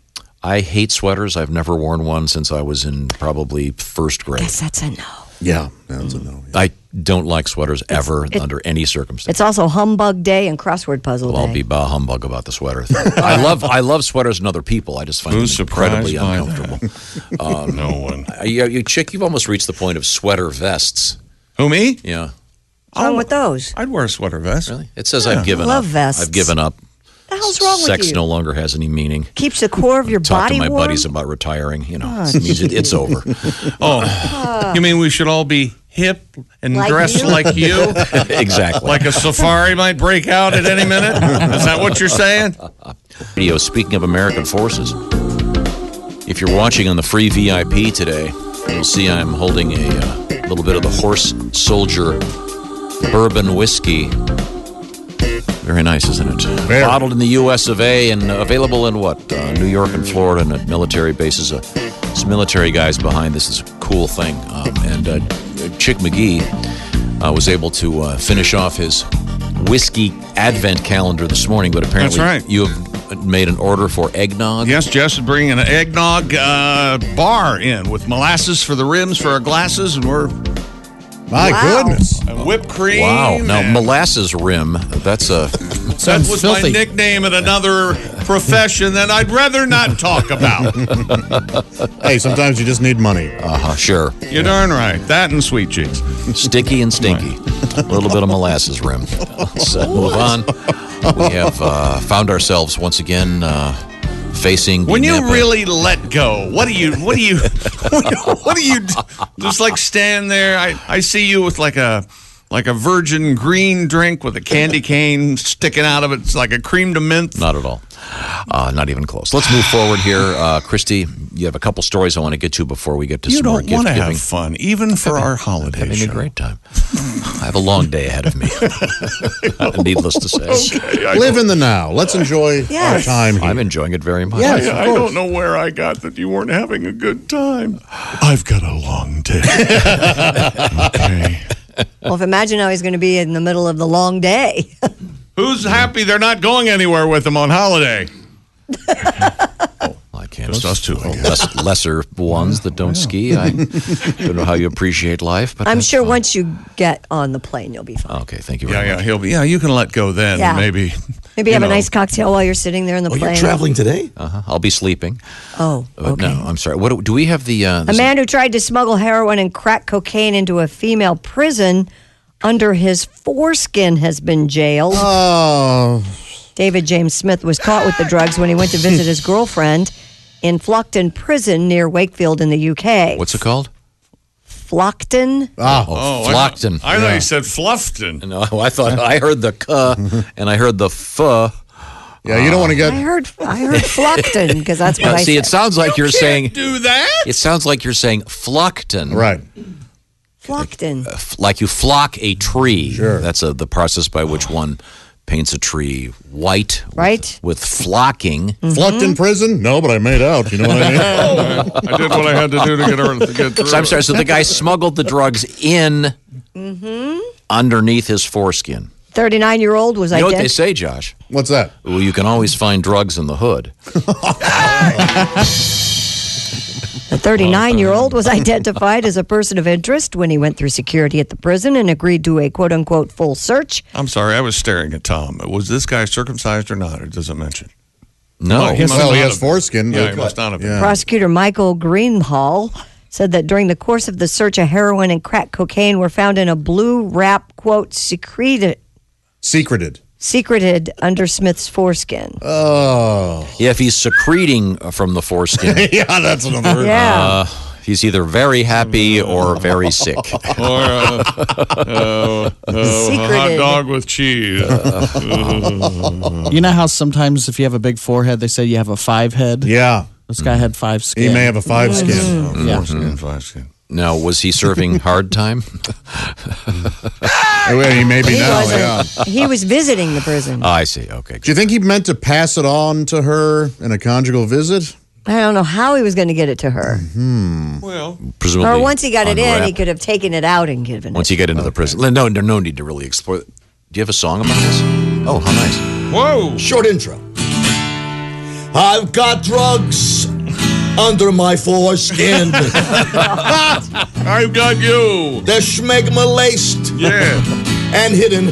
S5: I hate sweaters. I've never worn one since I was in probably first grade.
S3: Yes, that's a no.
S1: Yeah, that's a no.
S5: I don't like sweaters ever under any circumstance.
S3: It's also humbug day and crossword puzzle
S5: Well, I'll
S3: day.
S5: be bah humbug about the sweater thing. I love I love sweaters and other people. I just find
S4: Who's
S5: them incredibly
S4: surprised by
S5: uncomfortable.
S4: no one.
S5: Uh, you, you chick, you've almost reached the point of sweater vests.
S4: Who me? Oh,
S5: Yeah,
S3: What's wrong with those?
S4: I'd wear a sweater vest.
S5: really. It says I've given
S3: Love
S5: up.
S3: vests.
S5: I've given up.
S3: the hell's wrong
S5: Sex
S3: with you?
S5: no longer has any meaning.
S3: Keeps the core of your
S5: Talk
S3: body
S5: to my
S3: warm.
S5: buddies about retiring. You know, it means it, it's over.
S4: Oh, you mean we should all be hip and
S3: Like
S4: dressed
S3: you?
S4: like you?
S5: exactly.
S4: like a safari might break out at any minute? Is that what you're saying?
S5: video. Speaking of American forces, if you're watching on the free VIP today, you'll see I'm holding a uh, little bit of the Horse Soldier bourbon whiskey. Very nice, isn't it? Bottled in the U.S. of A. and available in what uh, New York and Florida and at military bases. Uh, some military guys behind this is a cool thing. Um, and uh, Chick McGee uh, was able to uh, finish off his whiskey advent calendar this morning, but apparently
S4: That's right.
S5: you have made an order for eggnog.
S4: Yes, Jess is bringing an eggnog uh, bar in with molasses for the rims for our glasses, and we're
S1: My
S3: Wow.
S1: goodness.
S4: and whipped cream.
S5: Wow. Now
S4: and-
S5: molasses rim. That's a
S4: That
S8: Sounds
S4: was my
S8: filthy.
S4: nickname in another profession that I'd rather not talk about.
S1: Hey, sometimes you just need money.
S5: uh, sure
S4: You're darn right. That and sweet cheeks.
S5: sticky and stinky. A little bit of molasses rim. Let's uh, move on. We have uh, found ourselves once again uh, facing. the
S4: When you
S5: Napa-
S4: really let go, what do you? What do you? What do you? do? Just like stand there. I I see you with like a. Like a virgin green drink with a candy cane sticking out of it. It's like a cream de menthe.
S5: Not at all. Uh, not even close. Let's move forward here, uh, Christy. You have a couple stories I want to get to before we get to
S4: You
S5: some more
S4: don't
S5: gift
S4: want to
S5: giving.
S4: have fun, even for our holiday
S5: having
S4: show.
S5: a great time. I have a long day ahead of me. Needless to say,
S1: Live in the now. Let's enjoy our
S3: Yes.
S1: time here.
S5: I'm enjoying it very much.
S1: Yes, of
S4: I
S1: course.
S4: don't know where I got that you weren't having a good time. I've got a long day. okay.
S3: Well, if imagine how he's going to be in the middle of the long day.
S4: Who's happy they're not going anywhere with them on holiday?
S5: I can't. Oh,
S4: Just us two, I guess.
S5: Less, lesser ones that don't ski. I don't know how you appreciate life, but
S3: I'm
S5: that's
S3: sure
S5: fine. Uh,
S3: once you get on the plane, you'll be fine.
S5: Okay, thank you
S4: Yeah,
S5: very
S4: yeah,
S5: much.
S4: he'll be. Yeah, you can let go then.
S3: Yeah.
S4: Maybe.
S3: Maybe
S4: you
S3: have a
S4: know.
S3: nice cocktail while you're sitting there in the
S2: Oh,
S3: plane.
S2: you're traveling today?
S5: Uh-huh. I'll be sleeping.
S3: Oh,
S5: But
S3: okay.
S5: Uh, no, I'm sorry. What do, do we have the? Uh,
S3: A
S5: this-
S3: man who tried to smuggle heroin and crack cocaine into a female prison under his foreskin has been jailed.
S1: Oh,
S3: David James Smith was caught with the drugs when he went to visit his girlfriend in Flockton Prison near Wakefield in the UK.
S5: What's it called?
S3: Flockton?
S5: Oh,
S4: Ah. I thought-
S5: Flockton.
S4: I thought you said Fluffton.
S5: No, I thought I heard the "k" and I heard the "f."
S1: yeah. You don't want to
S3: I
S1: get.
S3: heard I heard Flockton because that's what
S5: Now,
S3: I
S5: see, it
S3: said.
S5: sounds like you're saying
S4: Do that?
S5: it sounds like you're saying Flockton,
S1: Right.
S3: Flockton.
S5: F- Like you flock a tree. Sure, that's a, the process by which one paints a tree white. with-
S3: Right.
S5: With, flocking.
S1: Flucked in prison? No, but I made out. You know what I mean?
S4: I did what I had to do to get her to get through.
S5: So I'm sorry. So the guy smuggled the drugs in
S3: Mm-hmm.
S5: underneath his foreskin.
S3: 39 year old was
S5: You know what they
S3: identified.
S5: say, Josh?
S1: What's that?
S5: Well, you can always find drugs in the hood.
S3: The 39 year old was identified as a person of interest when he went through security at the prison and agreed to a quote unquote full search.
S4: I'm sorry. I was staring at Tom. Was this guy circumcised or not? It doesn't mention. Oh,
S5: No.
S4: he must
S1: Well, he
S4: not
S1: has
S4: have-
S1: foreskin.
S4: Yeah, he
S1: Good.
S4: must not have. been.
S5: Oh.
S1: Yeah.
S3: Prosecutor Michael Greenhall said that during the course of the search, a heroin and crack cocaine were found in a blue wrap, quote, secreted,
S1: Secreted.
S3: secreted under Smith's foreskin.
S5: Yeah, if he's secreting uh, from the foreskin,
S1: yeah, that's another word.
S3: yeah.
S5: uh, he's either very happy or very sick.
S4: Or uh, uh, uh, a hot
S3: Secreted.
S4: dog with cheese.
S8: You know how sometimes if you have a big forehead, they say you have a five head.
S1: Yeah.
S8: This guy had five skin.
S1: He may have a five Mm-hmm. Oh, skin.
S8: Yeah.
S4: Foreskin, foreskin.
S5: Now, was he serving hard time?
S1: Oh, yeah, he may be
S3: He
S1: now.
S3: wasn't.
S1: Yeah.
S3: He was visiting the prison.
S5: Ah, I see. Okay.
S1: Do you think he meant to pass it on to her in a conjugal visit?
S3: I don't know how he was going to get it to her.
S4: Well,
S5: Presumably.
S3: Or once he got it in,
S5: unwrap-
S3: he could have taken it out and given
S5: Once
S3: it.
S5: you get into the prison, no, no, no need to really explore. Do you have a song about this? Oh, how nice!
S4: whoa.
S2: Short intro. I've got drugs under my foreskin.
S4: I've got you.
S2: the schmegma laced
S4: Yeah.
S2: and hidden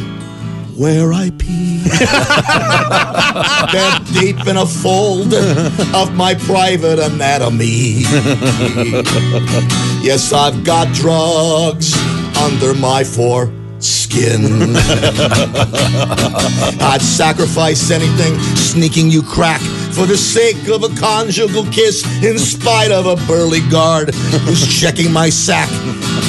S2: where I pee. They're deep in a fold of my private anatomy. yes, I've got drugs under my foreskin. I'd sacrifice anything, sneaking you crack for the sake of a conjugal kiss, in spite of a burly guard who's checking my sack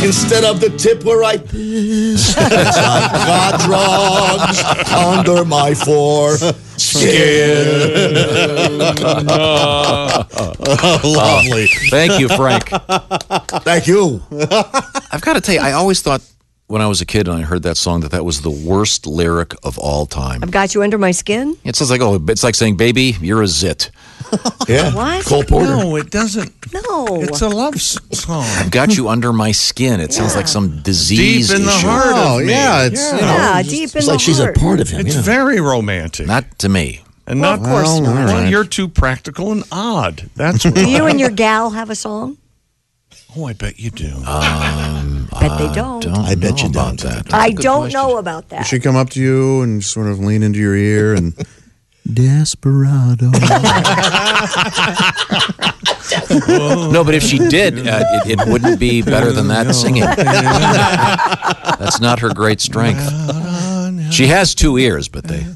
S2: instead of the tip where I piss. 'Cause I've got drugs under my foreskin.
S4: Oh.
S1: Lovely.
S5: Thank you, Frank.
S2: Thank you.
S5: I've got to tell you, I always thought when I was a kid and I heard that song that that was the worst lyric of all time.
S3: I've got you under my skin.
S5: It sounds like oh, it's like saying, "Baby, you're a zit."
S2: Yeah.
S3: What?
S2: Cole Porter.
S4: No, it doesn't.
S3: No.
S4: It's a love s- song.
S5: I've got you under my skin. It sounds like some disease
S4: Deep in the
S5: issue.
S4: heart
S1: Oh,
S4: of me.
S1: yeah. It's, you know,
S3: yeah, deep in
S2: It's
S3: the
S2: like she's a
S3: heart.
S2: part of him.
S4: It's
S2: yeah.
S4: very romantic.
S5: Not to me.
S4: and
S3: Well,
S4: not
S3: of course
S1: Well,
S3: not.
S1: all
S4: Well,
S1: right.
S4: you're too practical and odd. That's
S3: Do
S4: what.
S3: you and your gal have a song?
S4: oh, I bet you do.
S3: Bet they don't.
S5: Don't
S2: I bet
S5: know
S2: you
S5: about
S2: don't.
S5: that.
S3: I don't know about that.
S1: she come up to you and sort of lean into your ear and desperado.
S5: No, but if she did, uh, it, it wouldn't be better than that singing. That's not her great strength. She has two ears, but they,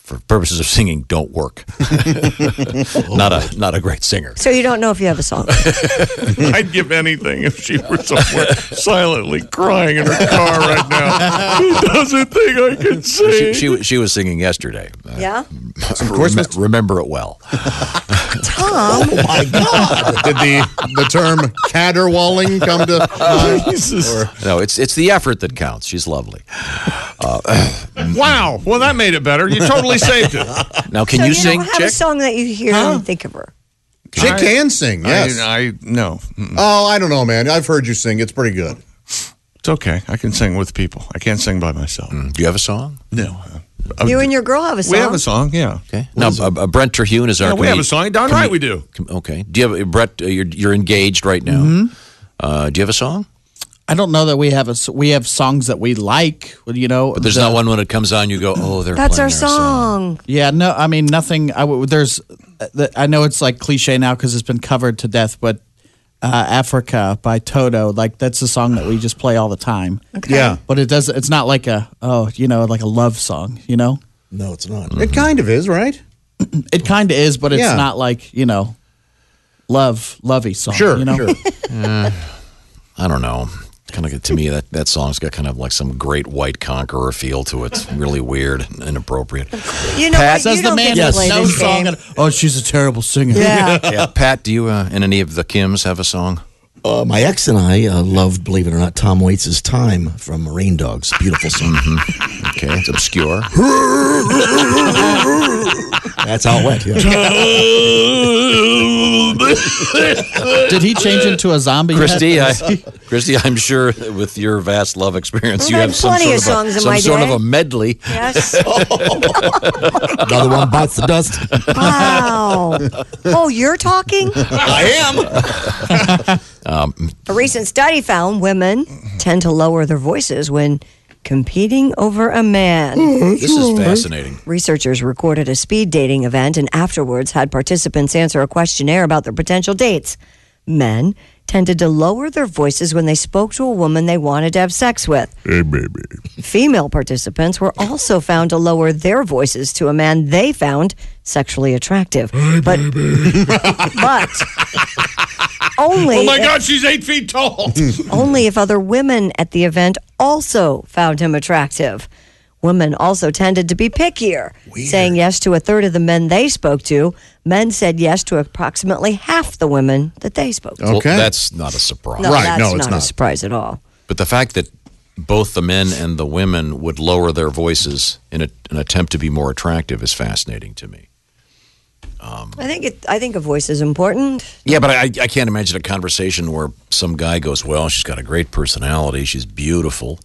S5: for purposes of singing, don't work. not a not a great singer.
S3: So you don't know if you have a song.
S4: I'd give anything if she were somewhere silently crying in her car right now. He doesn't think I can
S5: She
S4: sing.
S5: she, was- she was singing yesterday. Uh,
S3: yeah.
S1: of course,
S5: remem- remember it well.
S3: Tom.
S2: My God.
S1: did the the term caterwauling come to?
S4: Jesus.
S5: No, it's it's the effort that counts. She's lovely.
S4: Wow. Well, that made it better. You totally saved it.
S5: Now, can
S3: so
S5: you,
S3: you,
S5: sing,
S3: don't have a
S5: chick?
S3: song that you hear and think of her.
S1: she can sing. Yes.
S4: I, I no. Mm-mm.
S1: oh, I don't know, man. I've heard you sing. It's pretty good.
S4: It's okay. I can sing with people. I can't sing by myself.
S5: Do Mm. you have a song?
S4: No. Uh,
S3: You and your girl have a song.
S4: we have a song. Yeah.
S5: Okay. Now, uh, uh, Brent Terhune is our.
S4: Yeah, we have
S5: comedi-
S4: a song. Darn
S5: comed-
S4: right we do.
S5: com- Okay. Do you have uh, Brett? Uh, you're you're engaged right now. Uh, do you have a song?
S8: I don't know that we have a s- we have songs that we like. well, You know,
S5: But there's
S8: the-
S5: not one when it comes on. You go, oh, they're
S3: That's
S5: playing
S3: our
S5: their song.
S3: song.
S8: Yeah, no, I mean nothing. I w- there's, uh, the, I know it's like cliche now because it's been covered to death, but uh, "Africa" by Toto, like that's a song that we just play all the time.
S1: Yeah.
S8: But it does. It's not like a oh, you know, like a love song. You know,
S2: No, it's not.
S1: It kind of is, right?
S8: it kind of is, but it's
S1: Yeah.
S8: not like you know, love, lovey song.
S1: Sure,
S8: you know?
S1: sure.
S5: I don't know. Kind of to me that that song's got kind of like some great white conqueror feel to it. It's really weird and inappropriate.
S3: You know,
S8: Pat
S3: what?
S8: says
S3: you
S8: the
S3: don't
S8: man
S3: get to
S8: with
S3: play
S8: no
S3: this
S8: song.
S3: game.
S8: At, oh, she's a terrible singer.
S3: Yeah.
S5: Yeah, Pat, do you uh, and any of the Kims have a song?
S2: Uh, my ex and I uh, loved, believe it or not, Tom Waits' Time from Rain Dogs. Beautiful song.
S5: Okay, it's obscure.
S2: That's how it went. Yeah.
S8: Did he change into a zombie? yet?
S5: Christy, I, Christy, I'm sure that with your vast love experience,
S3: Well,
S5: you
S3: there are
S5: have some
S3: plenty
S5: sort
S3: of
S5: of,
S3: songs
S5: a,
S3: in
S5: some
S3: my
S5: sort of
S3: day.
S5: a medley.
S3: Yes.
S2: Another one bites the dust.
S3: Wow. Oh, you're talking?
S2: I am.
S3: A recent study found women tend to lower their voices when competing over a man.
S5: This is fascinating.
S3: Researchers recorded a speed dating event and afterwards had participants answer a questionnaire about their potential dates. Men tended to lower their voices when they spoke to a woman they wanted to have sex with.
S6: Hey, baby.
S3: Female participants were also found to lower their voices to a man they found sexually attractive. but but only
S4: Oh my God, she's eight feet tall.
S3: only if other women at the event also found him attractive. Women also tended to be pickier, saying yes to a third of the men they spoke to. Men said yes to approximately half the women that they spoke to.
S5: Well,
S1: Okay.
S5: that's not a surprise.
S3: No,
S1: Oh, Right,
S3: that's
S1: no, it's
S3: not a
S1: not.
S3: surprise at all.
S5: But the fact that both the men and the women would lower their voices in a, an attempt to be more attractive is fascinating to me.
S3: I think it, I think a voice is important.
S5: Yeah, but I, I can't imagine a conversation where some guy goes, Well, she's got a great personality. She's beautiful.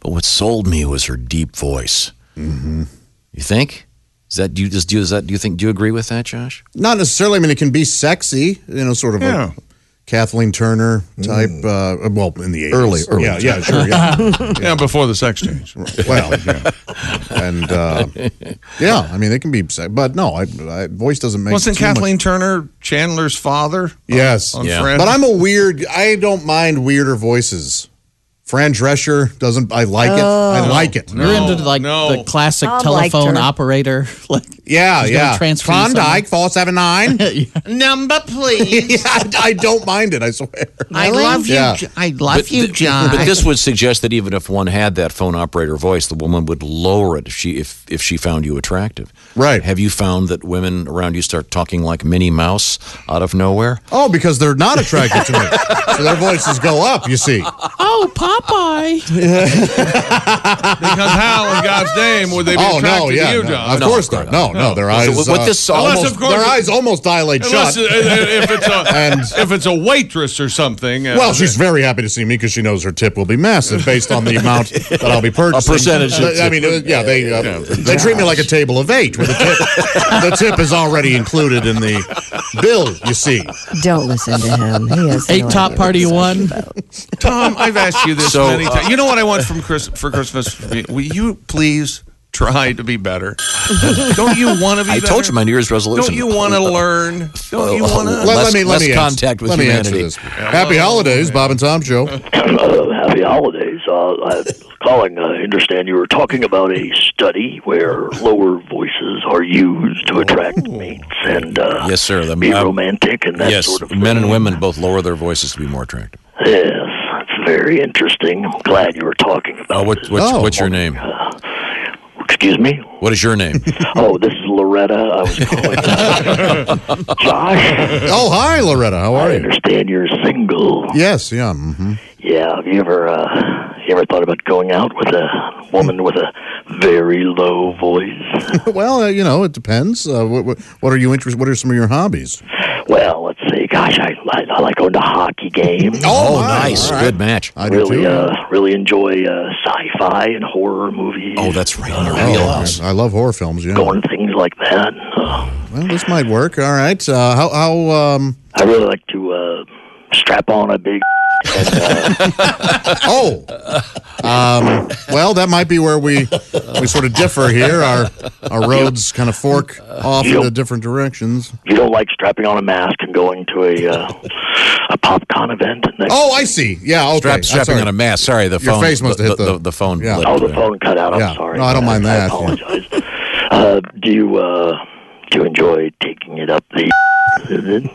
S5: But what sold me was her deep voice. Mm-hmm. You think? Is that do you just do is that do you think do you agree with that, Josh?
S1: Not necessarily. I mean, it can be sexy, you know, sort of
S4: Yeah.
S1: a Kathleen Turner type. Uh, well, in the 80s.
S5: Early, early
S1: Yeah, yeah, sure. Yeah.
S4: Yeah, before the sex change.
S1: well, yeah. and uh, yeah, I mean, it can be, se- but no, I, I, voice doesn't make
S4: Wasn't
S1: too much-
S4: Kathleen Turner Chandler's father?
S1: Yes.
S4: on
S5: Yeah.
S4: Friends?
S1: But I'm a weird. I don't mind weirder voices. Fran Drescher doesn't. I like it. I like it.
S8: You're into like
S4: Oh. no.
S8: the classic
S3: Tom liked
S8: telephone
S3: her. operator.
S8: operator. Like
S1: Yeah,
S8: He's gonna
S1: yeah.
S8: transfer you
S1: Klondike four seven nine. yeah,
S4: number, please.
S1: I, I don't mind it. I swear.
S4: I love
S1: you, Yeah. Jo-
S4: I love you, John.
S5: But this would suggest that even if one had that phone operator voice, the woman would lower it if she if if she found you attractive.
S1: Right.
S5: Have you found that women around you start talking like Minnie Mouse out of nowhere?
S1: Oh, because they're not attracted to me, so their voices go up. You see,
S8: oh, Popeye.
S4: because how in God's name would they be
S1: oh
S4: attracted
S1: no, yeah,
S4: to you,
S1: no.
S4: John?
S1: of course not. No, no, their eyes.
S5: So what this
S1: uh,
S4: Unless,
S5: almost
S4: of course-
S1: their eyes almost dilate
S4: Unless, uh,
S1: shut.
S4: if it's a
S1: And-
S4: if it's a waitress or something. uh,
S1: Well, she's very happy to see me because she knows her tip will be massive based on the amount that I'll be purchasing.
S5: A percentage of
S1: I mean, uh, yeah, they uh, they treat me like a table of eight with a tip. the tip is already included in the bill. You see,
S3: Don't listen to him. He has
S8: Eight
S3: no
S8: top
S3: idea
S8: party
S3: what he's
S8: one.
S3: talking about.
S4: Tom, I've asked you this
S5: So,
S4: many
S5: uh,
S4: times. You know what I want from Chris for Christmas? Will you please try to be better? Don't you want to be?
S5: I
S4: better?
S5: told you my New Year's
S4: Don't
S5: resolution.
S4: you want to learn? Don't you
S5: Uh,
S4: want
S5: uh,
S4: to?
S1: let,
S5: Less-
S1: let me let
S5: less
S1: me answer,
S5: contact with
S1: let me
S5: humanity.
S1: answer this. Happy
S4: Hello,
S1: holidays, Bob and Tom show.
S9: Uh, happy holidays. Uh, I'm calling. I understand you were talking about a study where lower voices are used to attract mates and uh,
S5: Yes, sir. The-
S9: be
S5: um,
S9: romantic and that
S5: yes,
S9: sort of
S5: men
S9: thing.
S5: and women both lower their voices to be more attractive.
S9: Yes, it's very interesting. I'm glad you were talking
S5: Uh,
S9: about
S5: what,
S9: this.
S5: what's,
S1: Oh.
S5: what's your name?
S9: Excuse me?
S5: What is your name?
S9: Oh, this is Loretta. I was calling. uh, Josh,
S1: Oh, hi, Loretta. How
S9: I
S1: are you?
S9: understand you're single.
S1: Yes, yeah. hmm
S9: Yeah, have you ever uh, you ever thought about going out with a woman with a very low voice?
S1: Well, uh, you know, it depends. Uh, what, what, what are you interested? What are some of your hobbies?
S9: Well, let's see. Gosh, I, I, I like going to hockey games.
S1: my,
S5: Oh, nice.
S1: all right.
S5: Good match.
S1: Oh, I do
S9: really,
S1: too.
S9: uh, really enjoy uh, sci-fi and horror movies.
S5: Oh, that's right. In your
S1: Oh,
S5: wheelhouse.
S1: I love horror films. Yeah.
S9: going to things like that. Uh,
S1: Well, this might work. All right. Uh, how how um.
S9: I really like to uh, strap on a big. And, uh,
S1: Oh, um, well, that might be where we we sort of differ here. Our our roads kind of fork off into different directions.
S9: if you don't like strapping on a mask and going to a uh, a PopCon event. And that,
S1: Oh, I see. Yeah, okay.
S5: Strap,
S1: I'm
S5: strapping
S1: sorry.
S5: on a mask. Sorry, the
S1: Your
S5: phone.
S1: face must
S5: the,
S1: have hit
S5: the,
S1: the-
S5: the phone.
S1: Yeah.
S5: lit
S9: oh, the
S5: there.
S9: phone cut out. I'm
S1: Yeah.
S9: sorry.
S1: No, I don't
S9: man.
S1: mind
S9: I
S1: that, yeah.
S9: apologize. Uh, do you uh, do you enjoy taking it up the?
S3: The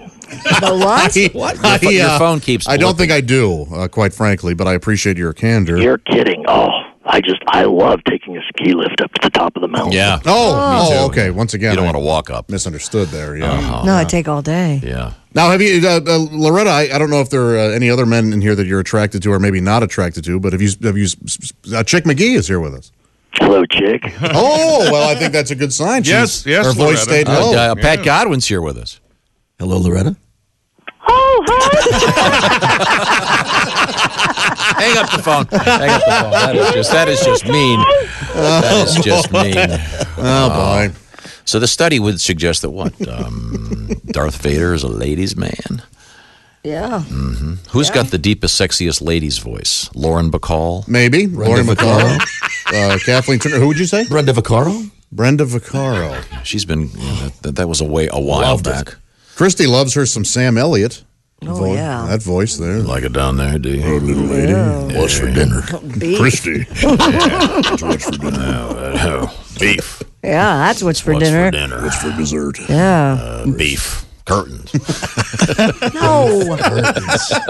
S3: what?
S1: what?
S5: Your pho- your phone keeps
S1: uh, I don't
S5: blipping.
S1: think I do, uh, quite frankly, but I appreciate your candor.
S9: You're kidding. Oh, I just I love taking a ski lift up to the top of the mountain.
S5: Yeah.
S1: oh, oh, okay. Once again,
S5: You don't Uh-huh.
S1: I
S5: want to walk up. Oh,
S1: misunderstood there. Yeah.
S3: No, I take all day.
S5: Yeah.
S1: Now, have you, uh, uh, Loretta? I, I don't know if there are uh, any other men in here that you're attracted to, or maybe not attracted to. But have you? Have you? Uh, Chick McGee is here with us.
S9: Hello, chick.
S1: Oh, well, I think that's a good sign.
S4: Yes,
S1: She's-
S4: yes,
S1: Her voice
S4: Loretta.
S1: stayed
S5: Uh,
S1: low.
S5: uh, Pat Godwin's here with us.
S2: Hello, Loretta.
S10: Oh, hi.
S5: Hang up the phone. Hang up the phone. That is just, that is just mean. That is just mean.
S1: Oh
S5: Uh,
S1: boy.
S5: So the study would suggest that what? Um, Darth Vader is a ladies' man.
S3: Yeah.
S5: Who's got the deepest, sexiest ladies' voice? Lauren Bacall.
S1: Maybe. Lori McCarl. uh, Kathleen Turner. Who would you say?
S2: Brenda Vaccaro.
S1: Brenda Vaccaro.
S5: She's been. you know, that, that was a way a while
S2: Loved it.
S5: back.
S1: Christy loves her some Sam Elliott.
S3: Oh,
S1: Vo-
S3: yeah.
S1: That voice there.
S5: Like it down there, do you? little lady. What's for dinner?
S3: Beef.
S1: Christy.
S5: Beef.
S3: Yeah, that's what's for
S5: What's
S3: dinner.
S5: for dinner? What's for dessert?
S3: Yeah.
S5: Beef. Curtains.
S3: no.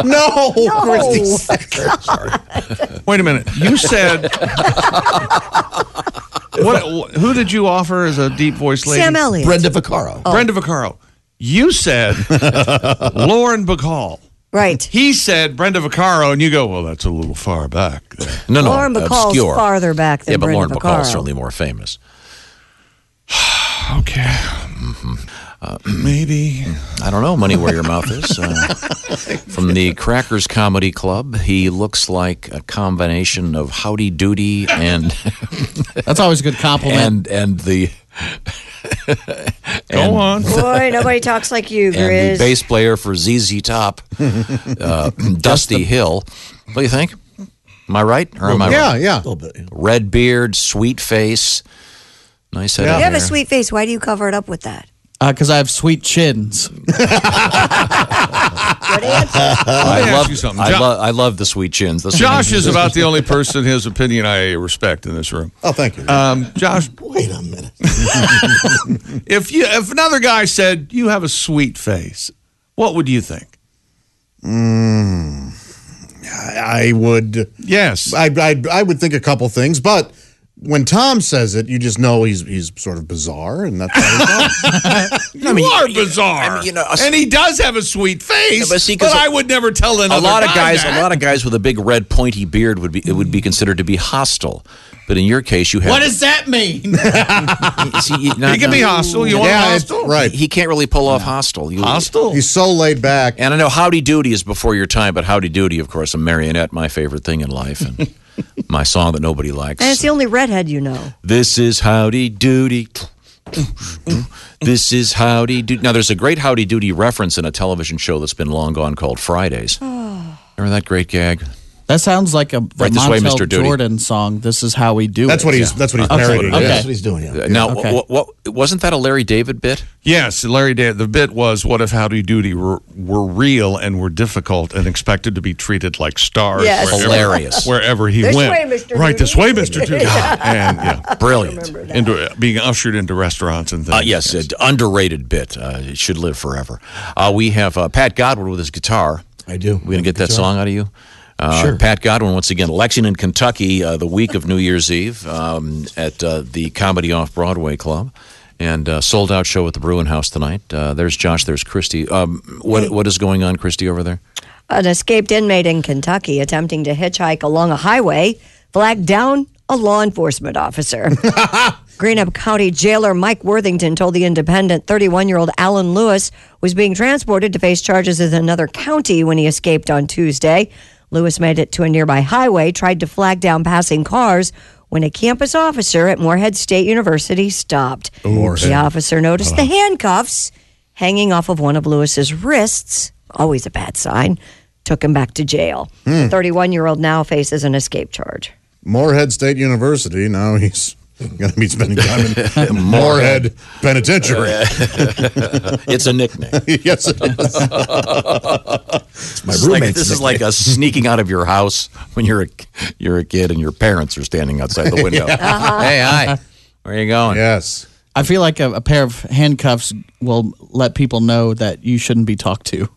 S1: no, Christy.
S3: Oh.
S4: Wait a minute. You said. what? Who did you offer as a deep voice lady?
S3: Sam Elliott.
S2: Brenda Vaccaro.
S5: Oh.
S4: Brenda Vaccaro. You said Lauren Bacall.
S3: Right.
S4: He said Brenda Vaccaro, and you go, well, that's a little far back. there."
S5: No, no.
S3: Lauren Bacall's
S5: uh, obscure.
S3: farther back than
S5: Yeah, but
S3: Brenda
S5: Lauren Bacall
S3: Vaccaro.
S5: is certainly more famous.
S4: Okay. Mm-hmm. Uh, Maybe.
S5: I don't know. Money where your mouth is. Uh, from the Crackers Comedy Club, he looks like a combination of Howdy Doody and
S8: That's always a good
S5: and
S8: compliment.
S5: and the And-
S3: Boy, nobody talks like you,
S5: and the
S3: Grizz.
S5: bass player for ZZ Top, uh, Dusty Hill. What do you think? Am I right or am I
S1: yeah,
S5: wrong?
S1: yeah.
S5: Red beard, sweet face, nice head.
S3: you
S5: of
S3: have a
S5: hair.
S3: sweet face. Why do you cover it up with that?
S8: Because I have sweet chins.
S4: Let me
S5: I
S4: ask
S5: love,
S4: you something.
S5: I,
S4: Jo-
S5: lo- I love the sweet chins. That's-
S4: Josh is about the only person his opinion I respect in this room.
S1: Oh, thank you.
S5: Uh,
S4: Um, Josh,
S2: Wait a minute.
S4: if you if another guy said you have a sweet face, what would you think?
S1: I would.
S4: Yes.
S1: I, I I would think a couple things, but when Tom says it, you just know he's he's sort of bizarre, and that's how he's done.
S4: You are bizarre.
S5: I mean, you know, a-
S4: and he does have a sweet face,
S5: Yeah,
S4: but,
S5: but see, 'cause
S4: I would never tell
S5: a
S4: another
S5: lot of
S4: guy
S5: guys,
S4: that.
S5: a lot of guys with a big red pointy beard would be it would be considered to be hostile. But in your case, you have
S8: What does that mean?
S5: see, you-
S4: He can be hostile. You want
S1: Yeah, it's-
S4: hostile?
S1: right.
S5: He can't really pull off hostile. You-
S4: Hostile?
S1: He's so laid back.
S5: And I know Howdy Doody is before your time, but Howdy Doody, of course, a marionette, my favorite thing in life, and my song that nobody likes.
S3: And it's the only redhead you know.
S5: This is Howdy Doody. this is Howdy Doody. Now, there's a great Howdy Doody reference in a television show that's been long gone called Fridays. Remember that great gag?
S8: That sounds like a the
S5: Right this way,
S8: Montel
S5: Mr. Doody.
S8: Jordan song. This is how we do
S1: That's
S8: it.
S1: what he's that's what he's parodying.
S5: Okay.
S1: yeah.
S2: That's what he's doing. Yeah.
S5: Now,
S8: Okay.
S5: what, what, wasn't that a Larry David bit?
S4: Yes, Larry David. The bit was, "What if Howdy Doody were, were real and were difficult and expected to be treated like stars?"
S3: Yes.
S5: Hilarious.
S4: Wherever he
S3: This
S4: went,
S3: way, Mr.
S4: right this way,
S3: Doody.
S4: Mister Doody, and yeah,
S5: Brilliant.
S4: into being ushered into restaurants and things.
S5: Uh, yes, an underrated bit. Uh, it should live forever. Uh, we have uh, Pat Godwin with his guitar.
S2: I do.
S5: We're going to get that
S2: Guitar.
S5: song out of you. Uh,
S2: Sure.
S5: Pat Godwin, once again, Lexington, Kentucky, uh, the week of New Year's Eve um, at uh, the Comedy Off Broadway Club. And uh, sold out show at the Bruin House tonight. Uh, there's Josh. There's Christy. Um, what what is going on, Christy, over there?
S3: An escaped inmate in Kentucky attempting to hitchhike along a highway flagged down a law enforcement officer. Greenup County jailer Mike Worthington told The Independent 31 year old Alan Lewis was being transported to face charges in another county when he escaped on Tuesday. Lewis made it to a nearby highway, tried to flag down passing cars when a campus officer at Morehead State University stopped. The officer noticed
S5: Uh-huh.
S3: the handcuffs hanging off of one of Lewis's wrists, always a bad sign, took him back to jail.
S5: Hmm.
S3: The 31 year old now faces an escape charge.
S1: Moorhead State University. Now he's going to be spending time in Moorhead Penitentiary.
S5: It's a nickname.
S1: yes, it is.
S2: My
S5: This is like-
S2: roommate's
S5: this is like us sneaking out of your house when you're a you're a kid and your parents are standing outside the window. Hey, hi. Where are you going?
S1: yes.
S8: I feel like a, a pair of handcuffs will let people know that you shouldn't be talked to.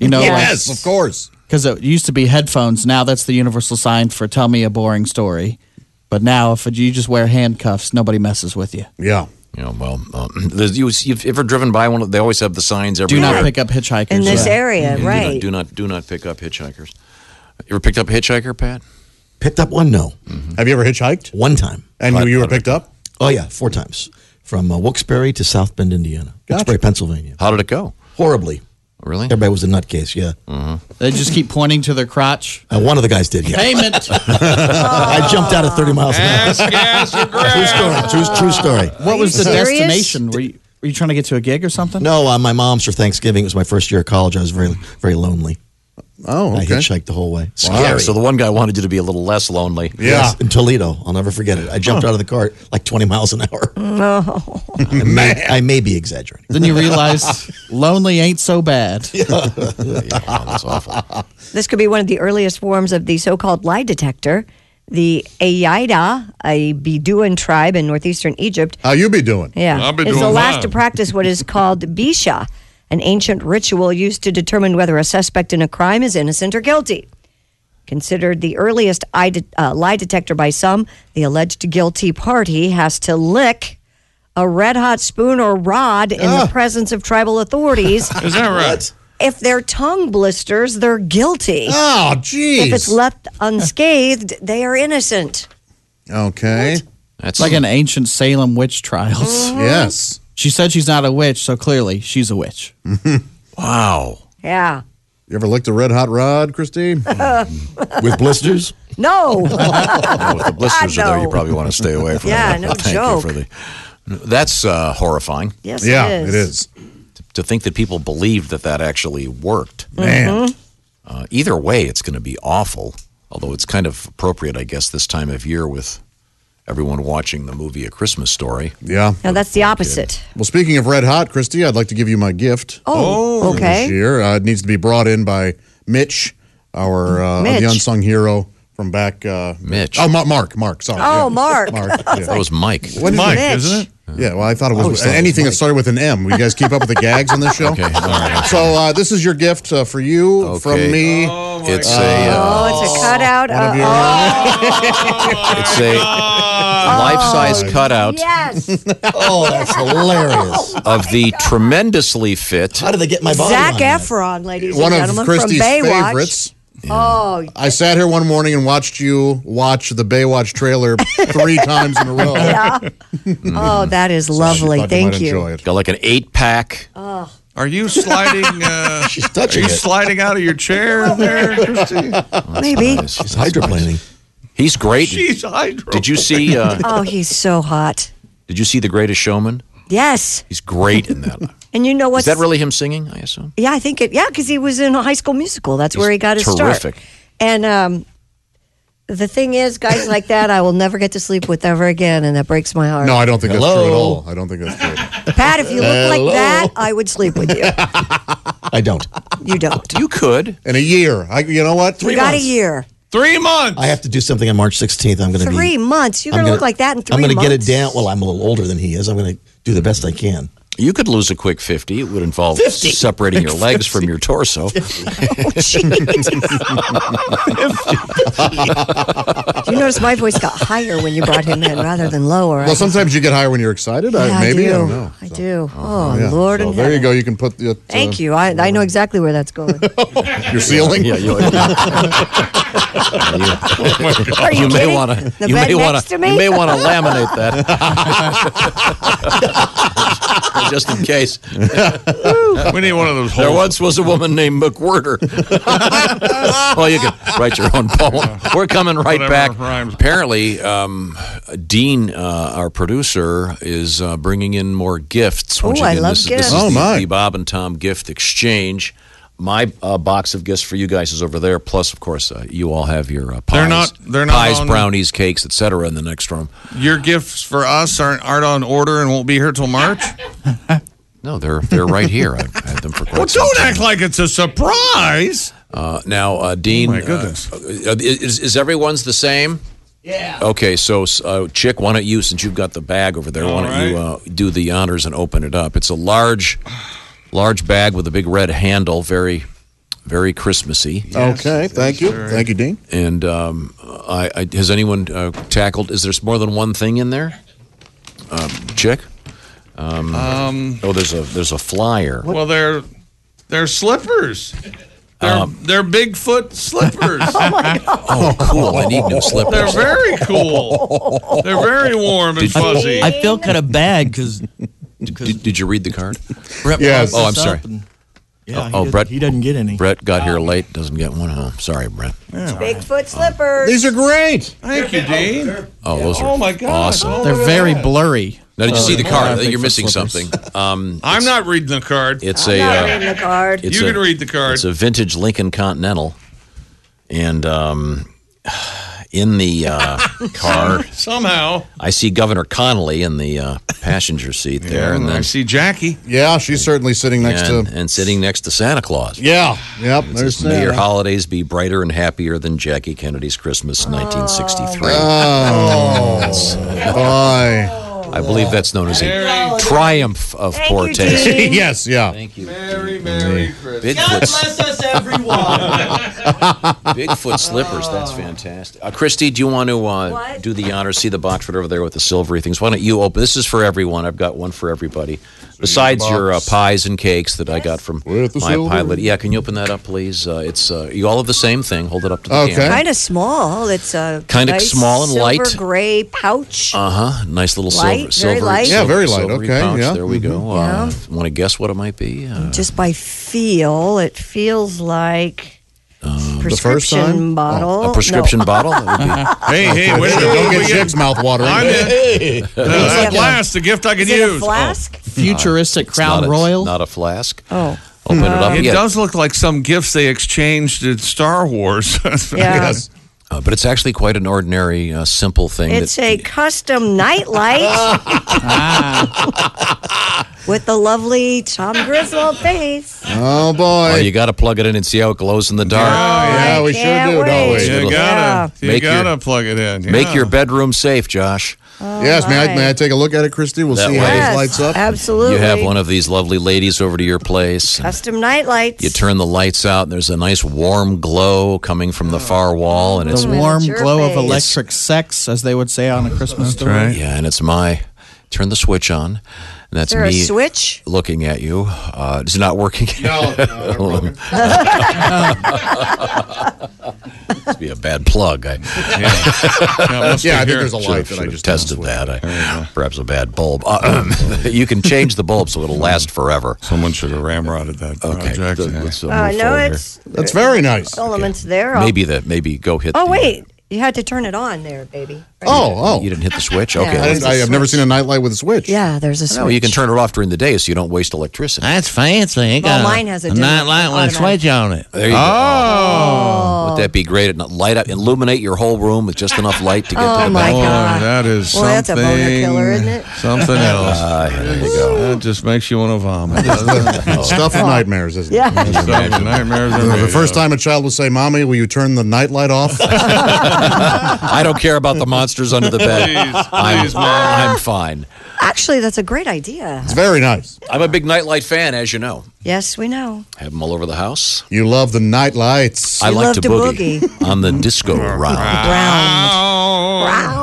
S8: You know,
S1: Yes, of course.
S8: because it used to be headphones. Now that's the universal sign for tell me a boring story. But now, if you just wear handcuffs, nobody messes with you.
S1: Yeah.
S5: You know, well, um, there's- you, you've ever driven by one? of- They always have the signs
S8: Do
S5: everywhere.
S8: not pick up hitchhikers.
S3: In this
S8: Yeah.
S3: area,
S5: And
S3: right.
S5: Do not, do not do not pick up hitchhikers. You ever picked up a hitchhiker, Pat?
S2: picked up one. No,
S1: Have you ever hitchhiked?
S2: one time.
S1: And you, you were picked up?
S2: Oh yeah, four times from uh, Wilkes-Barre to South Bend, Indiana, Wilkes-Barre, Pennsylvania.
S5: How did it go?
S2: Horribly.
S5: Really?
S2: Everybody was a nutcase. Yeah,
S8: They just keep pointing to their crotch.
S2: uh, one of the guys did. Yeah,
S8: Payment.
S2: I jumped out at 30 miles an hour.
S4: gas, or
S2: True
S4: grab.
S2: story. True, true story.
S8: What was
S3: you
S8: the
S3: serious?
S8: destination? Were you, were you trying to get to a gig or something?
S2: No, uh, my mom's for Thanksgiving. It was my first year of college. I was very, very lonely.
S1: Oh,
S2: I
S1: okay.
S2: hitchhiked the whole way.
S5: Yeah,
S2: Scary.
S5: so the one guy wanted you to be a little less lonely.
S1: Yeah.
S2: Yes, in Toledo. I'll never forget it. I jumped out of the cart like 20 miles an hour. I, may, I may be exaggerating.
S8: Then you realize lonely ain't so bad.
S5: Yeah, oh, that's awful.
S3: This could be one of the earliest forms of the so called lie detector. The Ayaida, a Bedouin tribe in northeastern Egypt,
S1: How you be doing?
S3: yeah,
S4: I've been
S3: is the
S4: doing
S3: last
S4: mine.
S3: to practice what is called Bisha, an ancient ritual used to determine whether a suspect in a crime is innocent or guilty. Considered the earliest eye de- uh, lie detector by some, the alleged guilty party has to lick a red hot spoon or rod in
S1: Ah.
S3: the presence of tribal authorities.
S4: Is that right?
S3: if their tongue blisters, they're guilty.
S1: Oh, jeez.
S3: If it's left unscathed, they are innocent.
S1: okay.
S5: That's
S8: It's like an ancient Salem witch trials.
S1: Yes.
S8: She said she's not a witch, so clearly she's a witch.
S5: wow.
S3: Yeah.
S1: You ever licked a red hot rod, Christine?
S2: With blisters?
S3: No.
S5: Yeah, with the blisters are there, you
S3: know.
S5: probably want to stay away from.
S3: Yeah,
S5: that.
S3: no
S5: Thank
S3: joke.
S5: You for the That's uh, horrifying.
S3: Yes, it Yeah, is. it is.
S5: To, to think that people believed that that actually worked.
S3: Man. Mhm.
S5: Uh, either way, it's going to be awful. Although it's kind of appropriate, I guess, this time of year with everyone watching the movie A Christmas Story.
S1: Yeah.
S3: Now that's the opposite.
S1: Well, speaking of Red Hot, Christy, I'd like to give you my gift.
S3: Oh, Oh.
S1: for
S3: okay.
S1: This year, uh, it needs to be brought in by Mitch, our uh,
S3: Mitch.
S1: the unsung hero from back. Uh,
S5: Mitch.
S1: Oh, Ma- Mark. Mark. Sorry.
S3: Oh,
S1: yeah.
S3: Mark.
S1: Mark.
S3: I was
S1: yeah.
S5: That was Mike.
S1: What is
S3: Mike, Mitch.
S1: it?
S3: isn't
S1: Yeah, well, I thought it
S5: I
S1: was
S5: always thought it was
S1: anything that started with an M. Will you guys keep up with the gags on this show?
S5: Oh, Okay, all right.
S1: So uh, this is your gift uh, for you from
S5: Okay.
S1: me.
S5: It's a uh,
S3: Oh, it's a cutout.
S1: One of
S3: of- oh,
S1: your-
S5: it's a life-size
S1: uh,
S5: cutout
S3: yes.
S2: Oh, that's hilarious.
S5: of the tremendously fit.
S2: How did they get my body?
S3: Zach
S2: on that?
S3: Efron, ladies
S1: one
S3: and
S1: of
S3: gentlemen,
S1: Christie's
S3: from Baywatch.
S1: favorites.
S3: Oh,
S1: I sat here one morning and watched you watch the Baywatch trailer three times in a row.
S3: yeah. oh, that is lovely.
S1: Thought
S3: Thank
S1: might
S3: you.
S1: Enjoy it.
S5: Got like an eight-pack.
S4: Are you sliding? Uh,
S2: She's
S4: are
S2: touching
S4: you
S2: it.
S4: sliding out of your chair there, Christy?
S3: Maybe.
S5: Uh,
S2: She's hydroplaning.
S5: He's great.
S4: She's hydro.
S5: Did you see? Uh,
S3: Oh, he's so hot.
S5: did you see The Greatest Showman?
S3: Yes.
S5: He's great in that.
S3: And you know
S5: Is
S3: what's
S5: that really him singing? I assume.
S3: Yeah, I think it. Yeah, because he was in a High School Musical. That's where he got his start.
S5: terrific.
S3: And um, the thing is, guys like that, I will never get to sleep with ever again, and that breaks my heart.
S1: No, I don't think that's true at
S2: Hello?
S1: all. I don't think that's true.
S3: Pat, if you look like that, I would sleep with you.
S2: I don't.
S3: You don't.
S5: You could.
S1: In a year, I, you know what?
S3: You
S1: Three.
S3: got a
S2: months.
S3: year,
S4: Three months.
S2: I have to do something on March 16th. I'm going to be.
S3: three months. You're
S2: I'm
S3: gonna,
S2: gonna-
S3: look like that in 3
S2: I'm
S3: months.
S2: going to get it down. Well, I'm a little older than he is. I'm going to do the best I can.
S5: You could lose a quick fifty. It would involve
S2: 50.
S5: separating your legs from your torso.
S3: You notice my voice got higher when you brought him in rather than lower.
S1: Well, sometimes you get higher when you're excited.
S3: I,
S1: I,
S3: yeah,
S1: maybe
S3: I do.
S1: I don't know.
S3: I
S1: So,
S3: do. Oh,
S1: yeah.
S3: Lord
S1: So
S3: in
S1: there you
S3: heaven.
S1: go. You can put the, uh,
S3: Thank you. I, I know exactly where that's going.
S1: Your ceiling.
S5: Yeah, you,
S3: Are you,
S5: you may
S3: kidding?
S5: want to.
S3: The
S5: You
S3: bed
S5: may want
S3: next
S5: to.
S3: to
S5: You
S3: me?
S5: may want to laminate that. Just in case.
S4: we need one of those.
S5: There
S4: holes.
S5: once was a woman named McWhorter. well, you can write your own poem. We're coming right
S4: Whatever
S5: back.
S4: rhymes.
S5: Apparently, um, Dean, uh, our producer, is uh, bringing in more gifts. Once
S3: Ooh, I
S5: again,
S3: love
S5: this, is-
S3: gifts.
S5: This is
S1: Oh,
S5: the,
S1: my.
S5: the Bob and Tom gift exchange. My uh, box of gifts for you guys is over there. Plus, of course, uh, you all have your uh, pies,
S4: They're not- they're not
S5: pies,
S4: on-
S5: brownies, cakes, etc. In the next room.
S4: Your gifts for us aren't aren't on order and won't be here till March.
S5: No, they're they're right here. I've had them for quite
S4: Well,
S5: some
S4: don't
S5: time.
S4: act like it's a surprise.
S5: Uh, now, uh, Dean,
S4: my goodness.
S5: uh, uh, is, is everyone's the same? Yeah. Okay, so uh, Chick, why don't you, since you've got the bag over there, why don't you uh, do the honors and open it up? It's a large, large bag with a big red handle, very, very Christmassy.
S1: Okay. Thank you. Thank you, Dean.
S5: And um, I, I, has anyone uh, tackled? Is there more than one thing in there? Um, Chick. Um, oh, there's a there's a flyer.
S4: Well, they're they're slippers. They're they're Bigfoot slippers.
S5: Oh, cool! I need new slippers.
S4: they're very cool. They're very warm and
S5: Did you-
S4: fuzzy.
S11: I feel kind of bad because
S5: Did, did you read the card?
S11: Brett
S1: Yes.
S11: brought
S5: Oh, I'm
S11: this up
S5: sorry.
S11: and- yeah, he
S5: oh,
S11: doesn't-
S5: Brett-
S11: He doesn't get any. Um,
S5: Brett got here late, doesn't get one. Oh, sorry, Brett.
S3: Bigfoot slippers.
S1: These are great.
S4: Thank you, Dean.
S5: Oh, those are
S4: Oh my God!
S5: awesome.
S4: Oh,
S8: They're
S4: look at
S8: very
S4: that.
S8: blurry.
S5: Now, did you see the
S8: Yeah,
S5: card?
S8: I think
S5: You're
S8: for
S5: missing
S8: slippers.
S5: something. Um,
S4: I'm not reading the card.
S5: it's
S3: I'm
S5: a
S3: not
S5: uh,
S3: reading the card.
S5: it's
S4: you
S5: a-
S4: can read the card.
S5: it's a vintage Lincoln Continental, and um, in the uh, car
S4: Somehow,
S5: I see Governor Connolly in the uh, passenger seat there, and
S4: I
S5: then
S4: see Jackie.
S1: Yeah, she's certainly sitting next
S5: and,
S1: to.
S5: and sitting next to Santa Claus.
S1: Yeah. Yep.
S5: Says,
S1: There's
S5: May your
S1: Santa.
S5: holidays be brighter and happier than Jackie Kennedy's
S4: Oh.
S5: Christmas, 1963.
S1: Oh, Boy.
S5: I believe that's known as a triumph of
S3: Thank
S5: poor
S3: you,
S5: taste.
S3: Dean.
S1: yes. Yeah.
S4: Merry, merry Christmas.
S5: Bigfoot,
S11: us, everyone.
S5: Bigfoot slippers. That's
S1: Oh.
S5: fantastic. Uh, Christy, do you want to uh,
S3: What?
S5: do the honor? See the box right over there with the silvery things. Why don't you open? This is for everyone. I've got one for everybody. Besides your uh, pies and cakes that I got from
S1: With the
S5: my
S1: silver.
S5: pilot. Yeah, can you open that up, please? Uh, it's uh, you all have the same thing. Hold it up to the
S1: Okay.
S5: camera.
S3: Kind of small. It's a
S5: Kinda
S3: nice
S5: small and
S3: silver
S5: light.
S3: gray pouch.
S5: Uh huh. Nice little
S3: Light, very
S5: silver, silver,
S3: light. Mm-hmm.
S1: Yeah, very light.
S5: silvery
S1: Okay,
S5: pouch.
S1: yeah.
S5: There we go.
S3: Yeah.
S5: Uh, Want to guess what it might be? Uh,
S3: Just by feel, it feels like prescription
S1: time?
S3: bottle.
S5: Oh, A prescription
S3: No.
S5: bottle? That would be-
S4: Hey, hey, wait a minute.
S1: Don't get
S4: We
S1: Jig's mouthwater.
S4: I'm in.
S5: Hey.
S4: Uh,
S5: Is it
S4: that
S5: a-
S4: flask, the gift I could
S5: is it a
S4: use. Oh.
S5: flask?
S8: Futuristic
S5: It's
S8: Crown
S5: not a-
S8: Royal.
S5: Not a flask.
S3: Oh.
S5: Open it up.
S4: Uh, It
S5: yeah.
S4: does look like some gifts they exchanged at Star Wars.
S3: Yes.
S5: Uh, but it's actually quite an ordinary, uh, simple thing.
S3: It's
S5: that,
S3: a custom nightlight with the lovely Tom Griswold face.
S1: oh boy!
S5: Well, uh, you got to plug it in and see how it glows in the dark.
S3: Oh,
S1: yeah, we sure
S3: can't
S1: do, don't
S3: wait.
S1: we?
S4: You
S5: It'll-
S4: gotta, you
S5: Make your-
S4: gotta plug it in.
S5: Make
S4: yeah.
S5: your bedroom safe, Josh.
S1: yes, may I, may I take a look at it, Christy? We'll
S5: That
S1: see how
S5: way.
S1: this
S3: Yes,
S1: lights up.
S3: Absolutely.
S5: You have one of these lovely ladies over to your place. and
S3: custom nightlights.
S5: You turn the lights out, and there's a nice warm glow coming from the far wall, and it's
S8: the warm
S3: your
S8: glow of
S3: face.
S8: electric sex, as they would say on a Christmas story.
S5: yeah, and it's my turn the switch on. And that's
S3: Is there a
S5: me
S3: switch?
S5: looking at you. Uh, it's not working.
S1: No, no,
S5: Must be a bad plug. I,
S1: Yeah, I think
S4: here.
S1: there's a light that
S5: should
S1: I
S5: have
S1: just
S5: tested that. I, perhaps a bad bulb. Uh, you can change the bulb so it'll last forever.
S4: Someone should have ramrodded that
S5: Okay.
S4: project.
S5: th- let's, uh,
S3: Oh,
S5: move
S3: no,
S5: forward
S3: it's
S1: That's very nice.
S3: the elements there.
S5: here.
S3: I'll-
S5: maybe the maybe go hit.
S3: Oh
S5: the-
S3: wait, you had to turn it on there, baby. Right?
S1: Oh,
S5: you
S1: oh.
S5: didn't hit the switch. Okay,
S1: I,
S3: Yeah.
S5: let's-
S1: didn't- I have never seen a nightlight with a switch.
S3: Yeah, there's a switch.
S5: no, you can turn it off during the day so you don't waste electricity.
S12: That's fancy. Ain't
S3: Well,
S12: got
S3: mine has a
S12: a
S3: different
S12: nightlight with a
S3: automatic.
S12: switch on it.
S5: There you
S4: Oh,
S5: go. Would that be great? It light up, illuminate your whole room with just enough light to get
S3: Oh,
S5: to the
S3: my
S5: back.
S4: boy,
S3: God.
S4: that is
S3: Well, that's a
S4: something.
S3: boner killer, isn't it?
S4: Something else.
S5: Ah, yeah, there you go.
S4: that just makes you want to vomit. doesn't
S5: Oh.
S4: it?
S1: Stuff of nightmares, isn't
S3: Oh. Yeah.
S1: it?
S4: Stuff and nightmares. on
S1: The
S4: radio.
S1: first time a child will say, "Mommy, will you turn the nightlight off?"
S5: I don't care about the monsters under the bed.
S4: Please,
S5: I'm,
S4: please,
S5: I'm fine.
S3: Actually, that's a great idea.
S1: It's very nice.
S5: I'm a big nightlight fan, as you know.
S3: Yes, we know.
S5: Have them all over the house.
S1: You love the nightlights.
S5: I
S3: You
S5: like
S3: love
S5: to
S3: to
S5: boogie, on the disco round.
S3: Brown.
S4: Oh,
S3: Brown.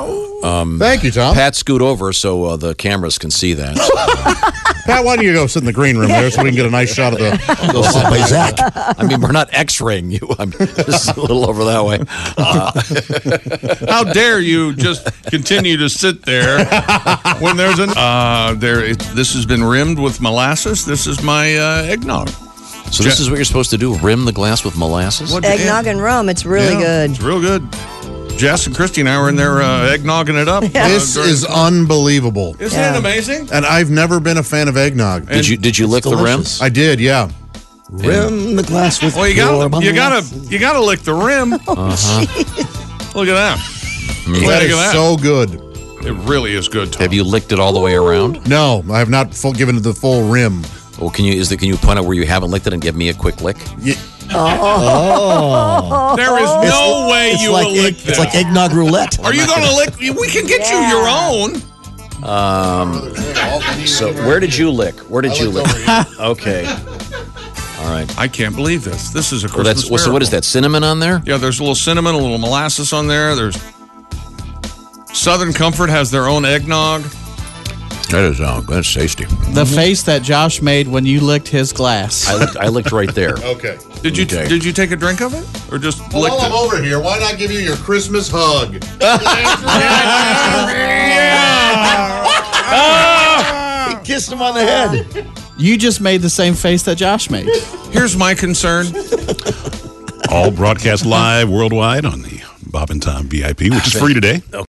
S1: Thank you, Tom. Pat,
S5: Pat, scoot over so uh, the cameras can see that.
S1: why don't you go sit in the green room there so we can get a nice shot of the.
S5: Go sit by Zach. I mean, we're not X-raying you. I'm just a little over that way. Uh,
S4: How dare you just continue to sit there when there's an uh there it, this has been rimmed with molasses. This is my uh, eggnog.
S5: so this is what you're supposed to do: rim the glass with molasses.
S4: What-
S3: Eggnog and rum. It's really
S4: Yeah,
S3: good.
S4: It's real good. Jess and Christy and I were in there uh, eggnogging it up.
S1: This
S4: uh, during-
S1: is unbelievable,
S4: Isn't
S3: Yeah.
S4: it amazing?
S1: and I've never been a fan of eggnog.
S5: Did you did you lick
S2: delicious.
S5: the
S1: I did, yeah.
S2: Rim the glass with
S4: Well, you
S2: pure
S4: gotta you
S2: molasses.
S4: gotta you gotta lick the rim.
S5: Oh,
S4: Look at that.
S5: Mm.
S1: That
S4: Look
S1: is
S4: at that.
S1: so good.
S4: It really is good.
S5: rim?
S4: Tom.
S5: Have you licked it all the way around?
S1: No, I have not full, given it the full rim.
S5: Well, can you is there, can you point out where you haven't licked it and give me a quick lick?
S4: There is no way
S2: It's
S4: you
S2: like
S4: will lick
S2: egg,
S4: this.
S2: it's like eggnog roulette.
S4: Are you gonna lick? We can get you your own.
S5: So where did you lick? Where did you lick? okay. All right.
S4: I can't believe this. This is a
S5: Well,
S4: Christmas.
S5: that's well, so. What is
S4: miracle.
S5: that? Cinnamon on there?
S4: Yeah, there's a little cinnamon, a little molasses on there. There's Southern Comfort has their own eggnog.
S5: That is oh, that's tasty.
S8: The face that Josh made when you licked his glass.
S5: I licked, I licked right there.
S1: Okay.
S4: Did you
S5: Okay.
S4: did you take a drink of it or just licked it?
S1: over here, why not give you your Christmas hug?
S2: Kissed him on the head.
S8: You just made the same face that Josh made.
S4: Here's my concern.
S6: All broadcast live worldwide on the Bob and Tom VIP, which is free today.